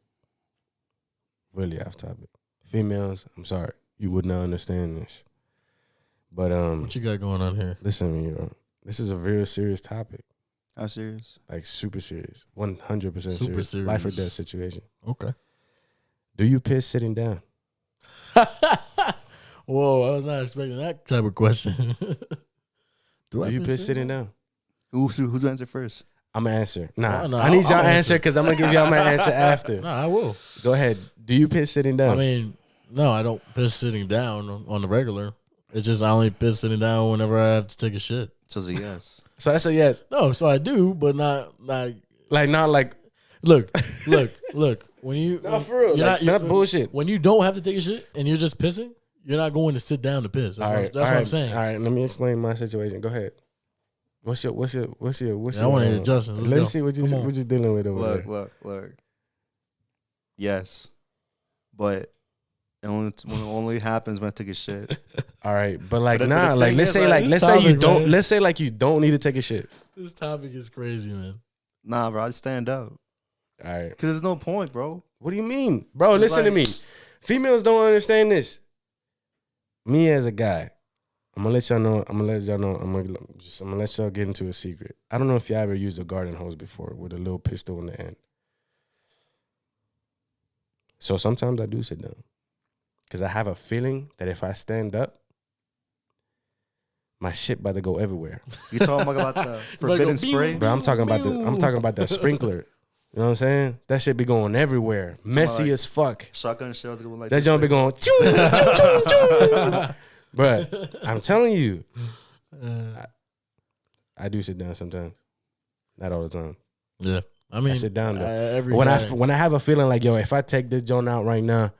Really off topic. Females, I'm sorry, you would not understand this. But um,
What you got going on here?
listen to me, bro. This is a very serious topic.
I'm serious.
like super serious, one hundred percent
Super
serious, life or
serious.
death situation.
Okay.
Do you piss sitting down?
Whoa, I was not expecting that type of question. Do
Do you piss sitting down?
Who, who, who's gonna answer first?
I'm gonna answer. Nah,
Oh, No, no,
I need
I'll-
y'all
I'll
answer
answer.
because I'm gonna give y'all my answer after.
No, I will.
Go ahead. Do you piss sitting down?
I mean, no, I don't piss sitting down on- on the regular. It's just I only piss sitting down whenever I have to take a shit.
So it's a yes.
so that's a yes.
No, so I do, but not like
Like not like
look, look, look. When you
Nah,
when-
for real, like, not
when-
bullshit.
When you don't have to take a shit and you're just pissing, you're not going to sit down to piss. That's
all
what, I'm-
right.
that's what
all
I'm
right,
saying.
All right, let me explain my situation. Go ahead. What's your what's your what's your what's
Yeah, I
your?
wanna hear
uh,
Justin's. Let's
Let me
go.
see what you
Come on.
what you dealing with over
look,
there.
look, look. Yes, but it only it only happens when I take a shit.
All right, but like
But the- but
nah,
the
like
thing
let's
is,
say
like,
like
this
let's say you
topic,
don't
man.
let's say like you don't need to take a shit.
This topic is crazy, man.
Nah, bro, I just stand up
All right.
because there's no point, bro.
What do you mean? Bro, Oh,
It's
listen to me.
like-
Females don't understand this. Me as a guy, I'm gonna let y'all know. I'm gonna let y'all know. I'm gonna just, I'm gonna let y'all get into a secret. I don't know if y'all ever used a garden hose before with a little pistol in the end. So sometimes I do sit down because I have a feeling that if I stand up, my shit about to go everywhere.
You talking about the forbidden spray?
Bro, I'm talking about the I'm talking about that sprinkler. You know what I'm saying? That shit be going everywhere, messy
Like-
as fuck.
Shotgun shells going like
That
this
jump be
thing.
going, choo, choo, choo, choo. bruh. I'm telling you,
Uh,
I do sit down sometimes, not all the time.
yeah, I
I,
mean,
sit down
uh,
though.
every
when I
guy-
f- when I have a feeling like, yo, if I take this joint out right now,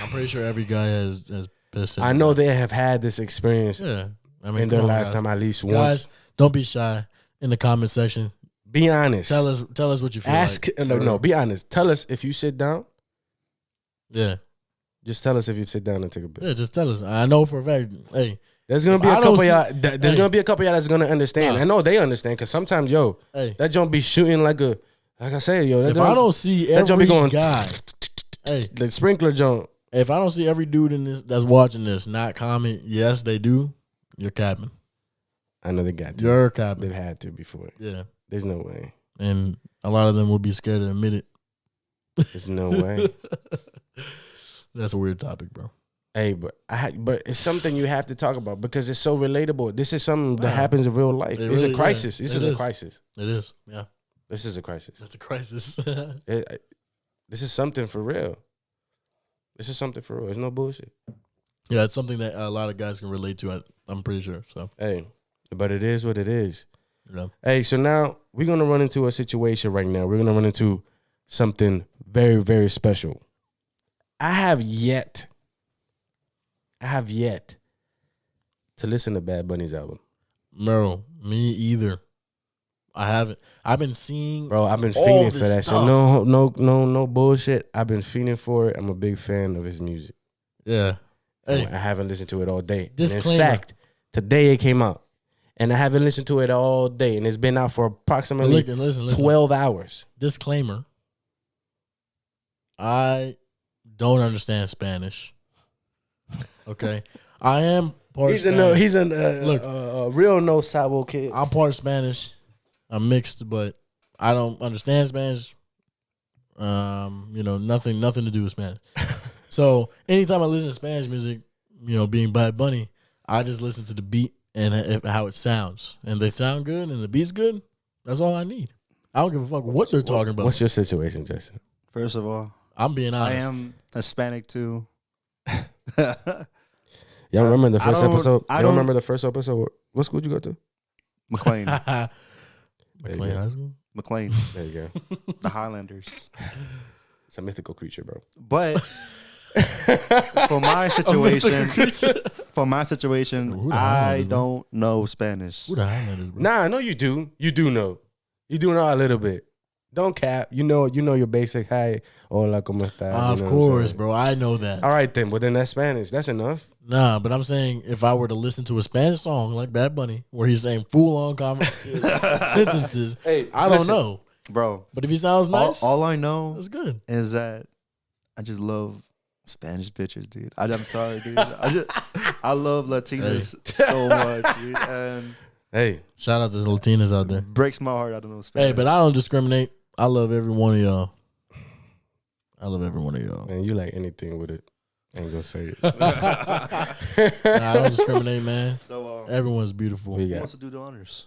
I'm pretty sure every guy has has pissed.
I know they have had this experience
Yeah, I mean,
in their
come on,
lifetime at least
Guys,
once.
guys don't be shy. In the comment section,
Be honest.
tell us tell us what you feel.
Ask uh,
like.
no, no. Be honest. Tell us if you sit down.
yeah,
Just tell us if you sit down and take a bit.
yeah. Just tell us. I know for a fact. Hey,
There's gonna
If
be a
I don't
couple
see-
y'all. th- there's
Hey.
gonna be a couple y'all that's gonna understand.
Nah.
I know they understand because sometimes, yo,
hey.
that joint be shooting like a like I said, yo. That
If
joint-
I don't see
that
every
joint be going-
guy, hey,
the sprinkler joint.
if I don't see every dude in this that's watching this not comment, yes, they do. You're capping.
I know they got to.
You're capping.
They've had to before.
Yeah,
There's no way.
and a lot of them will be scared to admit it.
There's no way.
that's a weird topic, bro.
hey, but I had, but it's something you have to talk about because it's so relatable. This is something that
Wow.
happens in real life.
It
it's
really-
a
yeah,
crisis. this
it
is, a
is.
crisis.
It is. Yeah,
This is a crisis.
that's a crisis.
It- I- this is something for real. This is something for real. It's no bullshit.
yeah, it's something that a lot of guys can relate to. I, I'm pretty sure. So,
Hey, but it is what it is.
you know,
Hey, so now we're gonna run into a situation right now. We're gonna run into something very, very special. I have yet, I have yet to listen to Bad Bunny's album,
bro, me either. I haven't. I've been seeing.
bro. I've been
All
fiending for
this
that. So
stuff.
no, no, no, no bullshit. I've been fiending for it. I'm a big fan of his music.
Yeah, Hey.
I haven't listened to it all day. And
Disclaimer.
in fact, today it came out, and I haven't listened to it all day, and it's been out for
But
approximately
look, and listen, listen.
twelve hours.
Disclaimer. I don't understand Spanish. Okay, I am part.
He's a
Spanish.
no, he's a uh,
Look.
uh, uh, real no sabo kid.
I'm part Spanish. I'm mixed, but I don't understand Spanish. Um, you know, nothing, nothing to do with Spanish. so anytime I listen to Spanish music, you know, being Bad Bunny, I just listen to the beat and h- how it sounds, and they sound good, and the beat's good. That's all I need. I don't give a fuck what they're talking about.
What's your situation, Justin?
First of all,
I'm being
I
honest.
am Hispanic too.
Y'all
McLean.
remember the
I
first
don't-
episode?
I
Y'all
don't-
remember the first episode? What school did you go to?
McLean High School.
McLean.
There you go.
The Highlanders.
It's a mythical creature, bro.
But for my situation, for my
Who
situation,
the
I
Highlanders, man?
don't know Spanish.
Who the Highlanders, bro?
Nah, I know you do. You do know. You do know a little bit. Don't cap. You know. You know your basic. Hi, hola, cómo está?
Ah,
You
of
know what I'm
course,
saying?
bro. I know that.
All right then. Well, then that's Spanish. That's enough.
Nah, but I'm saying if I were to listen to a Spanish song like Bad Bunny, where he's saying full on com- s- sentences,
Hey,
I don't
listen.
know.
Bro,
But if he sounds
all-
nice,
all I know
that's good.
is that I just love Spanish bitches, dude. I, am sorry, dude. I just I love Latinas so much, dude, and
Hey,
Shout out to the Latinas out there.
breaks my heart. I don't know Spanish.
Hey, but I don't discriminate. I love every one of y'all. I love every one of y'all.
man, you like anything with it? I ain't gonna say it.
Nah, I don't discriminate, man.
so uh,
Everyone's beautiful.
We
who
got.
wants to do the honors?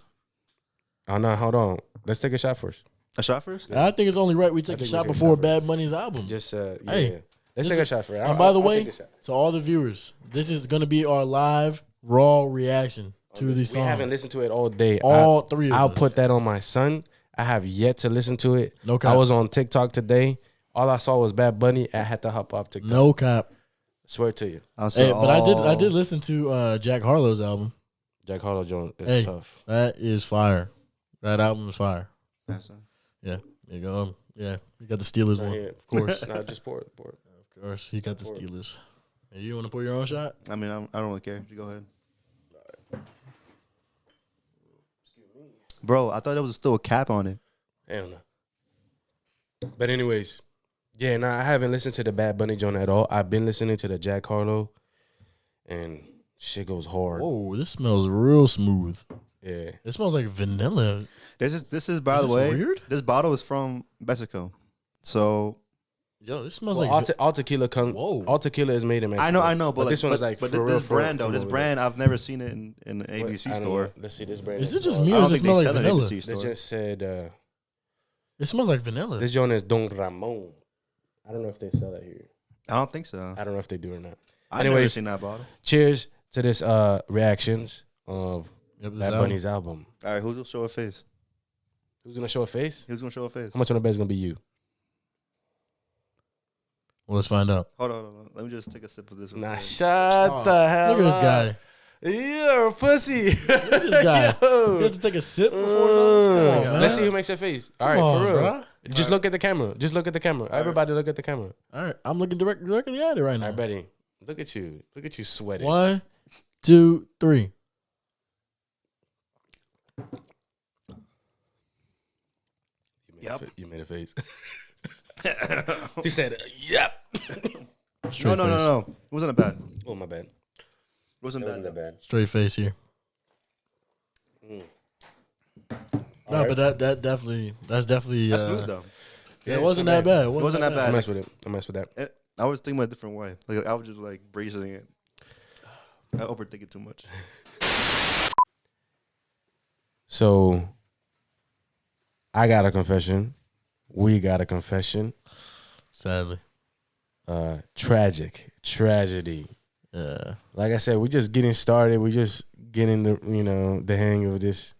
Oh no, hold on. Let's take a shot first.
A shot first?
Yeah.
I think it's only right we
I
take a
think we
shot
take a
before
shot
Bad Bunny's album.
Just uh, yeah.
Hey,
Let's
this
take a
is-
shot first.
and by the way-
take the shot.
to all the viewers, this is going to be our live, raw reaction to the
Oh, we
song.
haven't listened to it all day.
all three of
I, I'll
us.
put that on my son. I have yet to listen to it.
No
I
cap.
was on TikTok today. All I saw was Bad Bunny. I had to hop off TikTok.
no cop.
Swear to you,
I'll
Hey,
say
but I did I
all-
did listen to uh, Jack Harlow's album.
Jack Harlow Jones is
Hey.
tough.
That is fire. That album is fire.
That's it.
Yeah. There you go. Um, yeah. You got the Steelers
Right
one.
here.
Of course.
Nah, just pour it. Pour it.
of course. You got the Steelers. Hey, you want to pour your own shot?
I mean, I'm, I don't really care. You Go ahead. Bro, I thought there was still a cap on it.
Hell no. But anyways, yeah, nah, I haven't listened to the Bad Bunny joint at all. I've been listening to the Jack Harlow, and shit goes hard.
Whoa, this smells real smooth.
Yeah,
It smells like vanilla.
This is this is by
Is
the
this
way.
weird?
This bottle is from Mexico, so
Yo, this smells
well, all,
like.
te- all tequila comes.
Whoa.
all tequila is made in Mexico.
I know, I know, but, like,
this one
but,
is like
but
for
this,
real,
this
for real,
brand though,
for
this
real.
brand I've never seen it in, in an
But I
ABC
don't
store.
know. Let's see this brand.
is it
name.
just
Oh,
me
I
or
don't
does it
think they
smell like
sell it in
vanilla?
ABC
They
store.
just said uh,
It smells like vanilla.
this joint is Don Ramon. I don't know if they sell that here.
I don't think so.
I don't know if they do or not.
I've never
Anyways.
seen that bottle.
Cheers to this uh reactions of
Yep, this
Bad
album.
Bunny's album.
All right, who's gonna show a face?
Who's gonna show a face?
Who's gonna show a face?
How much on the bet is gonna be you?
Well, let's find out.
Hold on, hold on. Let me just take a sip of this. real
Nah,
quick.
shut the hell
Oh. Look at this
up.
guy.
You're a pussy. Look at
this guy. You have to take a sip before
Mm.
something. Come on, man.
Let's see who makes a face. All right,
Come on,
for real.
bruh.
Just look at the camera. Just look at the camera. Everybody, look at the camera.
All right, I'm looking direct, directly at it right now.
Everybody, look at you. Look at you sweating.
One, two, three.
You made,
Yep.
a, fa- you made a face. he said, "Yep."
Straight
No, no, no,
face.
no. It wasn't bad. It
Oh my bad.
wasn't
That wasn't
bad.
that bad.
Straight face here. No,
All right.
but that that definitely that's definitely
That's
uh,
smooth though.
yeah, it wasn't that bad. It wasn't, that bad.
I mess with it. I mess with that.
It, I was thinking about a different way. Like I was just like bracing it. I overthink it too much.
So, I got a confession. We got a confession.
Sadly,
Uh, tragic tragedy.
yeah.
like I said, we're just getting started. We're just getting the you know the hang of this,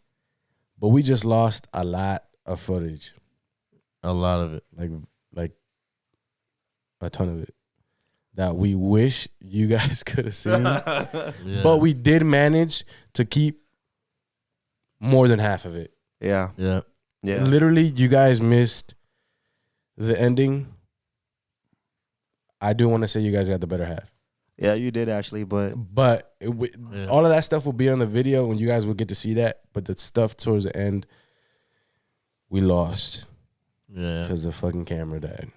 but we just lost a lot of footage,
A lot of it.
like like a ton of it that we wish you guys could have seen.
Yeah.
But we did manage to keep more than half of it.
Yeah,
yeah.
yeah.
Literally, you guys missed the ending. I do want to say you guys got the better half.
Yeah, you did actually, but
But it, w-
Yeah.
all of that stuff will be on the video, and you guys will get to see that. But the stuff towards the end, we lost
Yeah,
because the fucking camera died.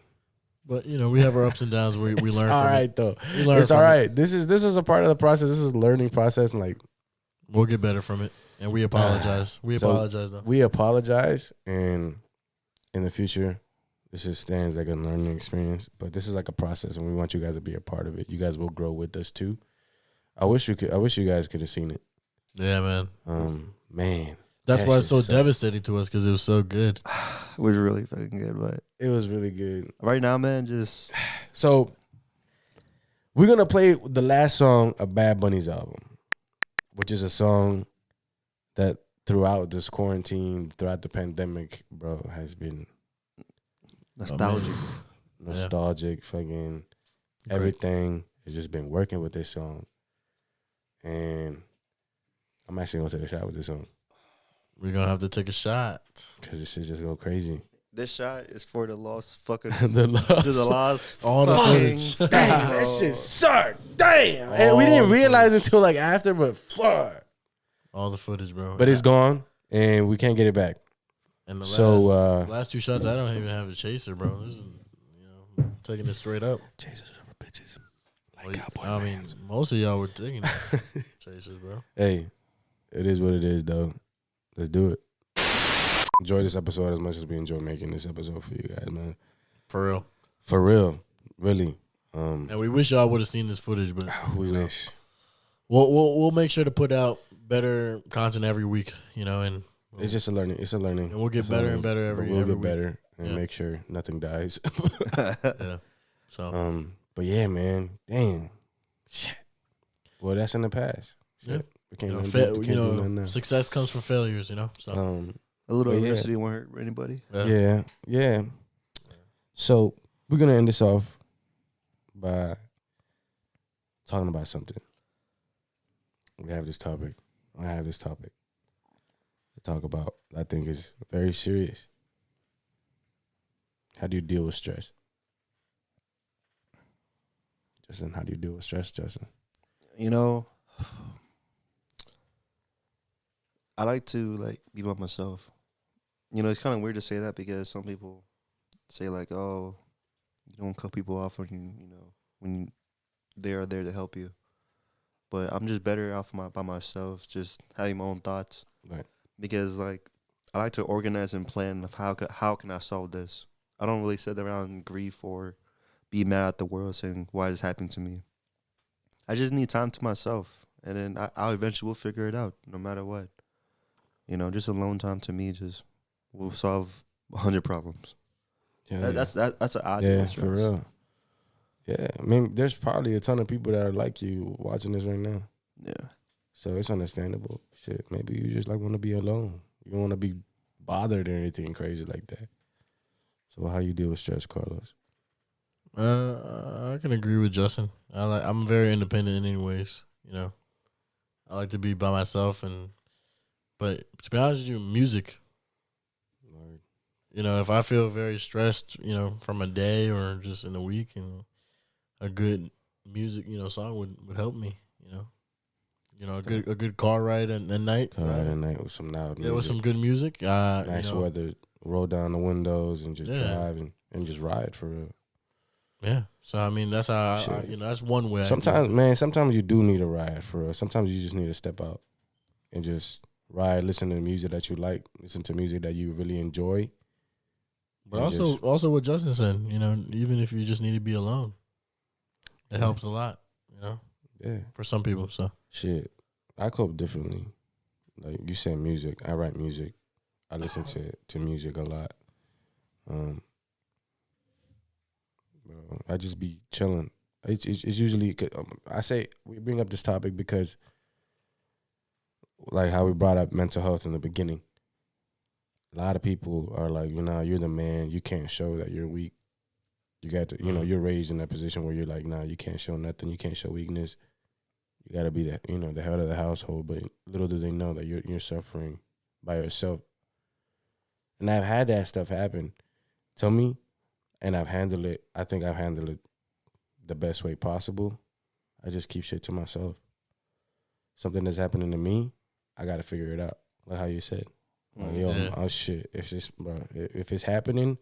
but you know we have our ups and downs. We we
It's
learn from
all
it.
right though.
We learn
it's all
from it.
right. This is this is a part of the process. This is a learning process, and like
We'll get better from it, and we apologize. We
So-
apologize though.
we apologize, and in the future, this just stands like a learning experience. But this is like a process, and we want you guys to be a part of it. You guys will grow with us too. I wish you could. I wish you guys could have seen it.
Yeah, man.
Um, man,
That's
That
why it's
shit
so
sucked.
devastating to us because it was so good.
it was really fucking good. But
it was really good.
right now, man, just
So we're gonna play the last song of Bad Bunny's album, which is a song that throughout this quarantine, throughout the pandemic, bro, has been
nostalgic.
nostalgic, fucking everything. It's just been working with this song. And I'm actually gonna take a shot with this song.
We're gonna have to take a shot.
Cause this shit just go crazy.
this shot is for the lost fucking
the
to the lost
All the
fucking
footage.
thing,
Damn, that
bro.
shit sucked. Damn. and we
Oh,
didn't
the
realize until like after, but fuck.
All the footage, bro.
But it's gone and we can't get it back.
and the
So
last,
uh
last two shots, I don't even have a chaser, bro. This is, you know, taking it straight up.
Jesus over bitches. Like
Well, you- I mean, most of y'all were taking it. chasers, bro.
Hey, it is what it is though. Let's do it. Enjoy this episode as much as we enjoy making this episode for you guys, man.
For real.
For real. Really. Um
And we wish y'all would have seen this footage, but
Oh, we
you know,
wish.
We'll, we'll we'll make sure to put out better content every week, you know, and
It's just a learning. It's a learning.
And we'll get
It's a
better
learning.
and better every-
We'll
every
get
week.
better and
Yeah.
make sure nothing dies.
yeah. So
um, but yeah, man, damn, shit. Well, that's in the past.
Yeah.
Shit. we
you
can't,
know,
undo
fa-
it. We
you
can't do
know,
nothing now.
success comes from failures, you know. So
Um,
A little
But yeah.
adversity won't hurt anybody.
yeah.
yeah, yeah. So we're gonna end this off by talking about something. We have this topic. I have this topic to talk about. I think is very serious. How do you deal with stress, Justin? How do you deal with stress, Justin?
You know, I like to like be by myself. You know, it's kind of weird to say that because some people say like, "Oh, you don't cut people off when you you know when you, they are there to help you." But I'm just better off my by myself, just having my own thoughts.
Like,
because like I like to organize and plan of how ca- how can I solve this. I don't really sit around and grieve or be mad at the world saying why this happened to me. I just need time to myself, and then I, I eventually will figure it out, no matter what. You know, just alone time to me just will solve a hundred problems.
yeah,
That, that's that, that's an idea.
yeah, for real. Yeah, I mean, there's probably a ton of people that are like you watching this right now.
Yeah,
So it's understandable. Shit, maybe you just like want to be alone. You don't want to be bothered or anything crazy like that. So how you deal with stress, Carlos?
Uh, I can agree with Justin. I like, I'm very independent, in anyways. You know, I like to be by myself, and but to be honest with you, music. You know, if I feel very stressed, you know, from a day or just in a week, and a good music, you know, song would, would help me. You know, you know, a good a good car ride at, at night.
Come out at night with some loud music.
Yeah, with some good music. Uh,
nice
you know,
weather. Roll down the windows and just
Yeah.
drive and, and just ride for real.
Yeah. So I mean, that's how I, I-
Shit.
you know that's one way. I do
Sometimes,
it.
man, sometimes you do need a ride for real. Sometimes you just need to step out and just ride, listen to the music that you like, listen to music that you really enjoy.
But
and
also,
just-
also what Justin said, you know, even if you just need to be alone, it
Yeah.
helps a lot, you know,
yeah.
for some people. So
Shit, I cope differently. Like you said, music. I write music. I listen to to music a lot. Um, bro, I just be chilling. It's it's, it's usually 'cause, um, I say we bring up this topic because, like how we brought up mental health in the beginning. A lot of people are like, you know, you're the man. You can't show that you're weak. You got to, you know,
Mhm.
you're raised in that position where you're like, nah, you can't show nothing. You can't show weakness you gotta be the you know the head of the household. But little do they know that you're you're suffering by yourself. And I've had that stuff happen to me, and I've handled it. I think I've handled it the best way possible. I just keep shit to myself. Something that's happening to me, I gotta figure it out. Like how you said,
Mm,
like yo,
Yeah.
oh shit, if it's bro, i- if it's happening,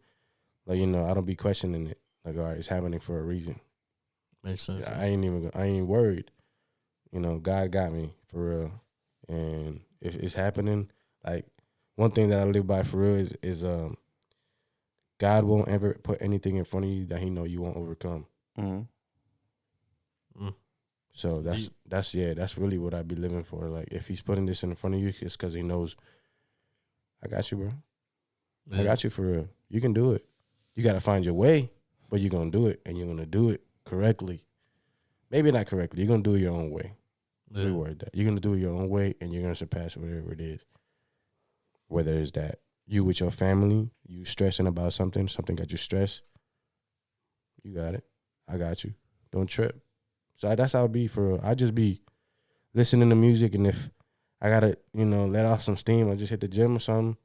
like you know, I don't be questioning it. Like all right, it's happening for a reason.
Makes sense.
I ain't even I ain't worried. You know, God got me for real. And if it's happening, like one thing that I live by for real is is um God won't ever put anything in front of you that he know you won't overcome.
Mhm.
Mm.
So that's
Deep.
that's yeah, that's really what I'd be living for. Like if he's putting this in front of you, it's cause he knows I got you, bro. I
Yeah.
got you for real. You can do it. You got to find your way, but you're going to do it and you're going to do it correctly. Maybe not correctly. You're going to do it your own way.
Yeah.
Reword that. You're going to do it your own way and you're going to surpass whatever it is. Whether it's that you with your family, you stressing about something, something got you stressed. You got it. I got you. Don't trip. So I- that's how it be for real. I just be listening to music and if I gotta, you know, let off some steam, I just hit the gym or something.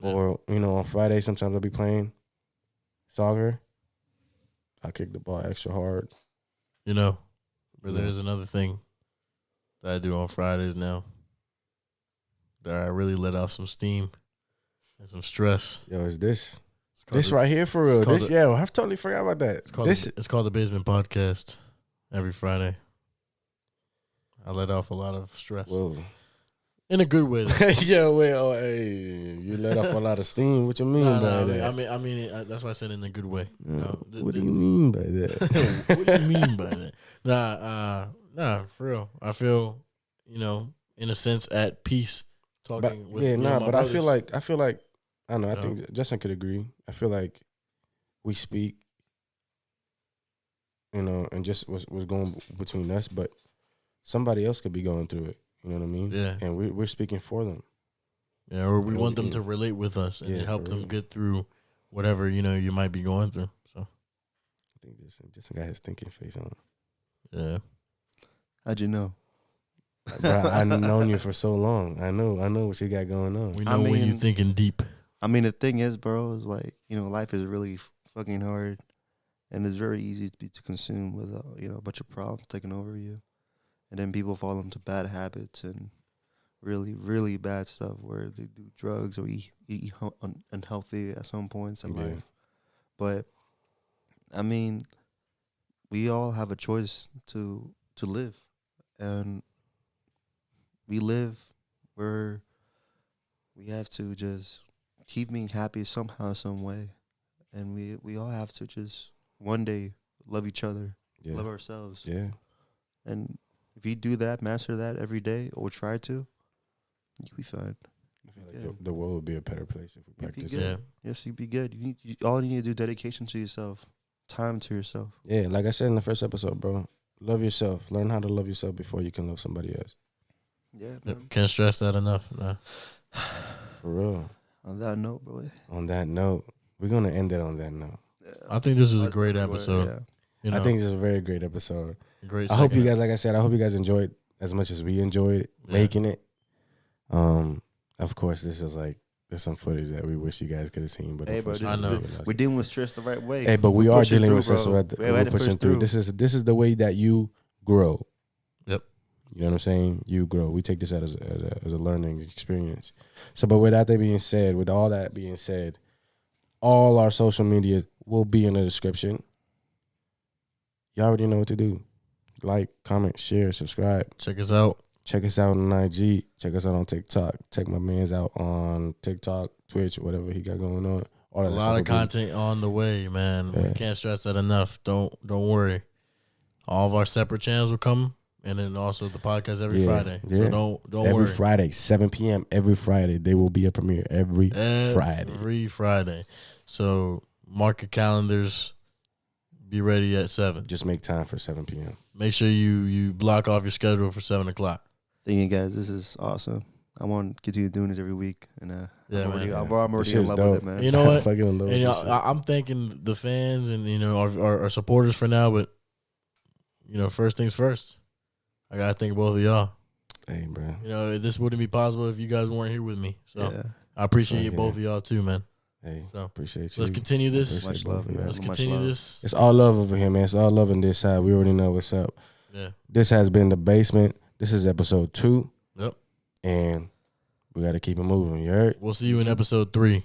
Yeah.
Or, you know, on Friday sometimes I'll be playing soccer. I kick the ball extra hard.
You know, but
Yeah.
there's another thing that I do on Fridays now that I really let off some steam and some stress.
Yo, is this
It's called
this
the,
right here for real?
it's called
This
the-
yeah, I've totally forgot about that.
It's called
This
the, it's called the Basement Podcast. Every Friday, I let off a lot of stress
Whoa.
in a good way. though.
Yo, wait, oh hey, you let off a lot of steam. What you mean
No,
by
no, I mean,
that?
I mean, I mean, uh, that's why I said in a good way. no, th-
what do
th-
you mean by
what
that?
do you mean by that? Nah, uh, nah, for real. I feel, you know, in a sense, at peace
but,
talking with
yeah,
me and
nah,
my
but I feel
brothers.
like I feel like I don't know. I
No.
think Justin could agree. I feel like we speak, you know, and just what's what's going between us, but somebody else could be going through it. You know what I mean?
yeah,
And we we're speaking for them.
yeah, or we
Yeah,
want them
yeah.
to relate with us and
Yeah,
it help
for
them
real.
get through whatever you know you might be going through. So
I think Justin, Justin got his thinking face on.
yeah,
How'd you know?
Bro, I've known you for so long. I know. I know what you got going on.
we know
I
when you're
mean-
thinking deep.
I mean, the thing is, bro, is like you know, life is really f- fucking hard, and it's very easy to be to consume with uh, you know a bunch of problems taking over you, and then people fall into bad habits and really, really bad stuff where they do drugs or eat, eat hu- un- unhealthy at some points in
Yeah.
life. But I mean, we all have a choice to to live, and we live where we have to just keep being happy somehow, some way, and we we all have to just one day love each other,
Yeah.
love ourselves,
Yeah.
and if you do that, master that every day, or try to, you'll be fine.
I feel like
Yeah.
the, the world would be a better place if we
be
practice.
good.
it.
Yeah,
Yes, you'll be good. You need you, all you need to do is dedication to yourself, time to yourself.
Yeah, like I said in the first episode, bro. Love yourself. Learn how to love yourself before you can love somebody else.
Yeah,
Yep, can't stress that enough. Nah.
For real.
On that note, bro.
On that note, we're gonna end it on that note.
I think this is a
That's
great
pretty much-
episode.
yeah.
You know,
I think this is a very great episode.
a great.
I hope you
second-
guys, like I said, I hope you guys enjoyed as much as we enjoyed
Yeah.
making it. Um, of course, this is like there's some footage that we wish you guys could have seen, but
Hey, bro,
unfortunately,
this is-
we lost
We're
it.
dealing with stress the right way.
Hey, but we
We're
are
pushing
dealing
through,
with this.
bro.
so that-
We had
We're
to push
pushing through.
through.
This is this is the way that you grow.
Yep.
You know what I'm saying? You grow. We take this out as a, as a, as a learning experience. So, but with that being said, with all that being said, all our social media will be in the description. You already know what to do. Like, comment, share, subscribe.
check us out.
Check us out on IG. Check us out on TikTok. Check my man's out on TikTok, Twitch, whatever he got going on. All that
a lot
stuff
of
will be-
content on the way, man. We
Yeah.
can't stress that enough. Don't don't worry. All of our separate channels will come, and then also the podcast every
Yeah,
Friday.
yeah.
So don't don't
every
worry.
Friday, 7 p.m. Every Friday, there will be a premiere every Friday.
Every Friday. So mark your calendars. Be ready at seven.
Just make time for 7 p.m.
Make sure you you block off your schedule for seven o'clock.
Thank you guys. This is awesome. I want to continue doing this every week, and uh,
Yeah,
I'm, already,
man.
I'm already
This
in
shit's
love
dope.
with it, man.
You know what?
Fucking love
And you
this
know,
shit.
I, I'm thanking the fans and you know our, our, our supporters for now, but you know first things first. I gotta thank both of y'all.
hey, bro.
You know this wouldn't be possible if you guys weren't here with me. So.
yeah.
I appreciate
Right
you
here.
both of y'all too, man.
Hey,
So
appreciate you.
let's continue this.
Appreciate
Much
both
love,
of y'all.
man.
Let's
Much
continue
love.
this.
It's all love over here, man. It's all love on this side. We already know what's up.
Yeah.
This has been the basement. This is episode two.
Yep.
And we got to keep it moving. You heard?
We'll see you in episode three.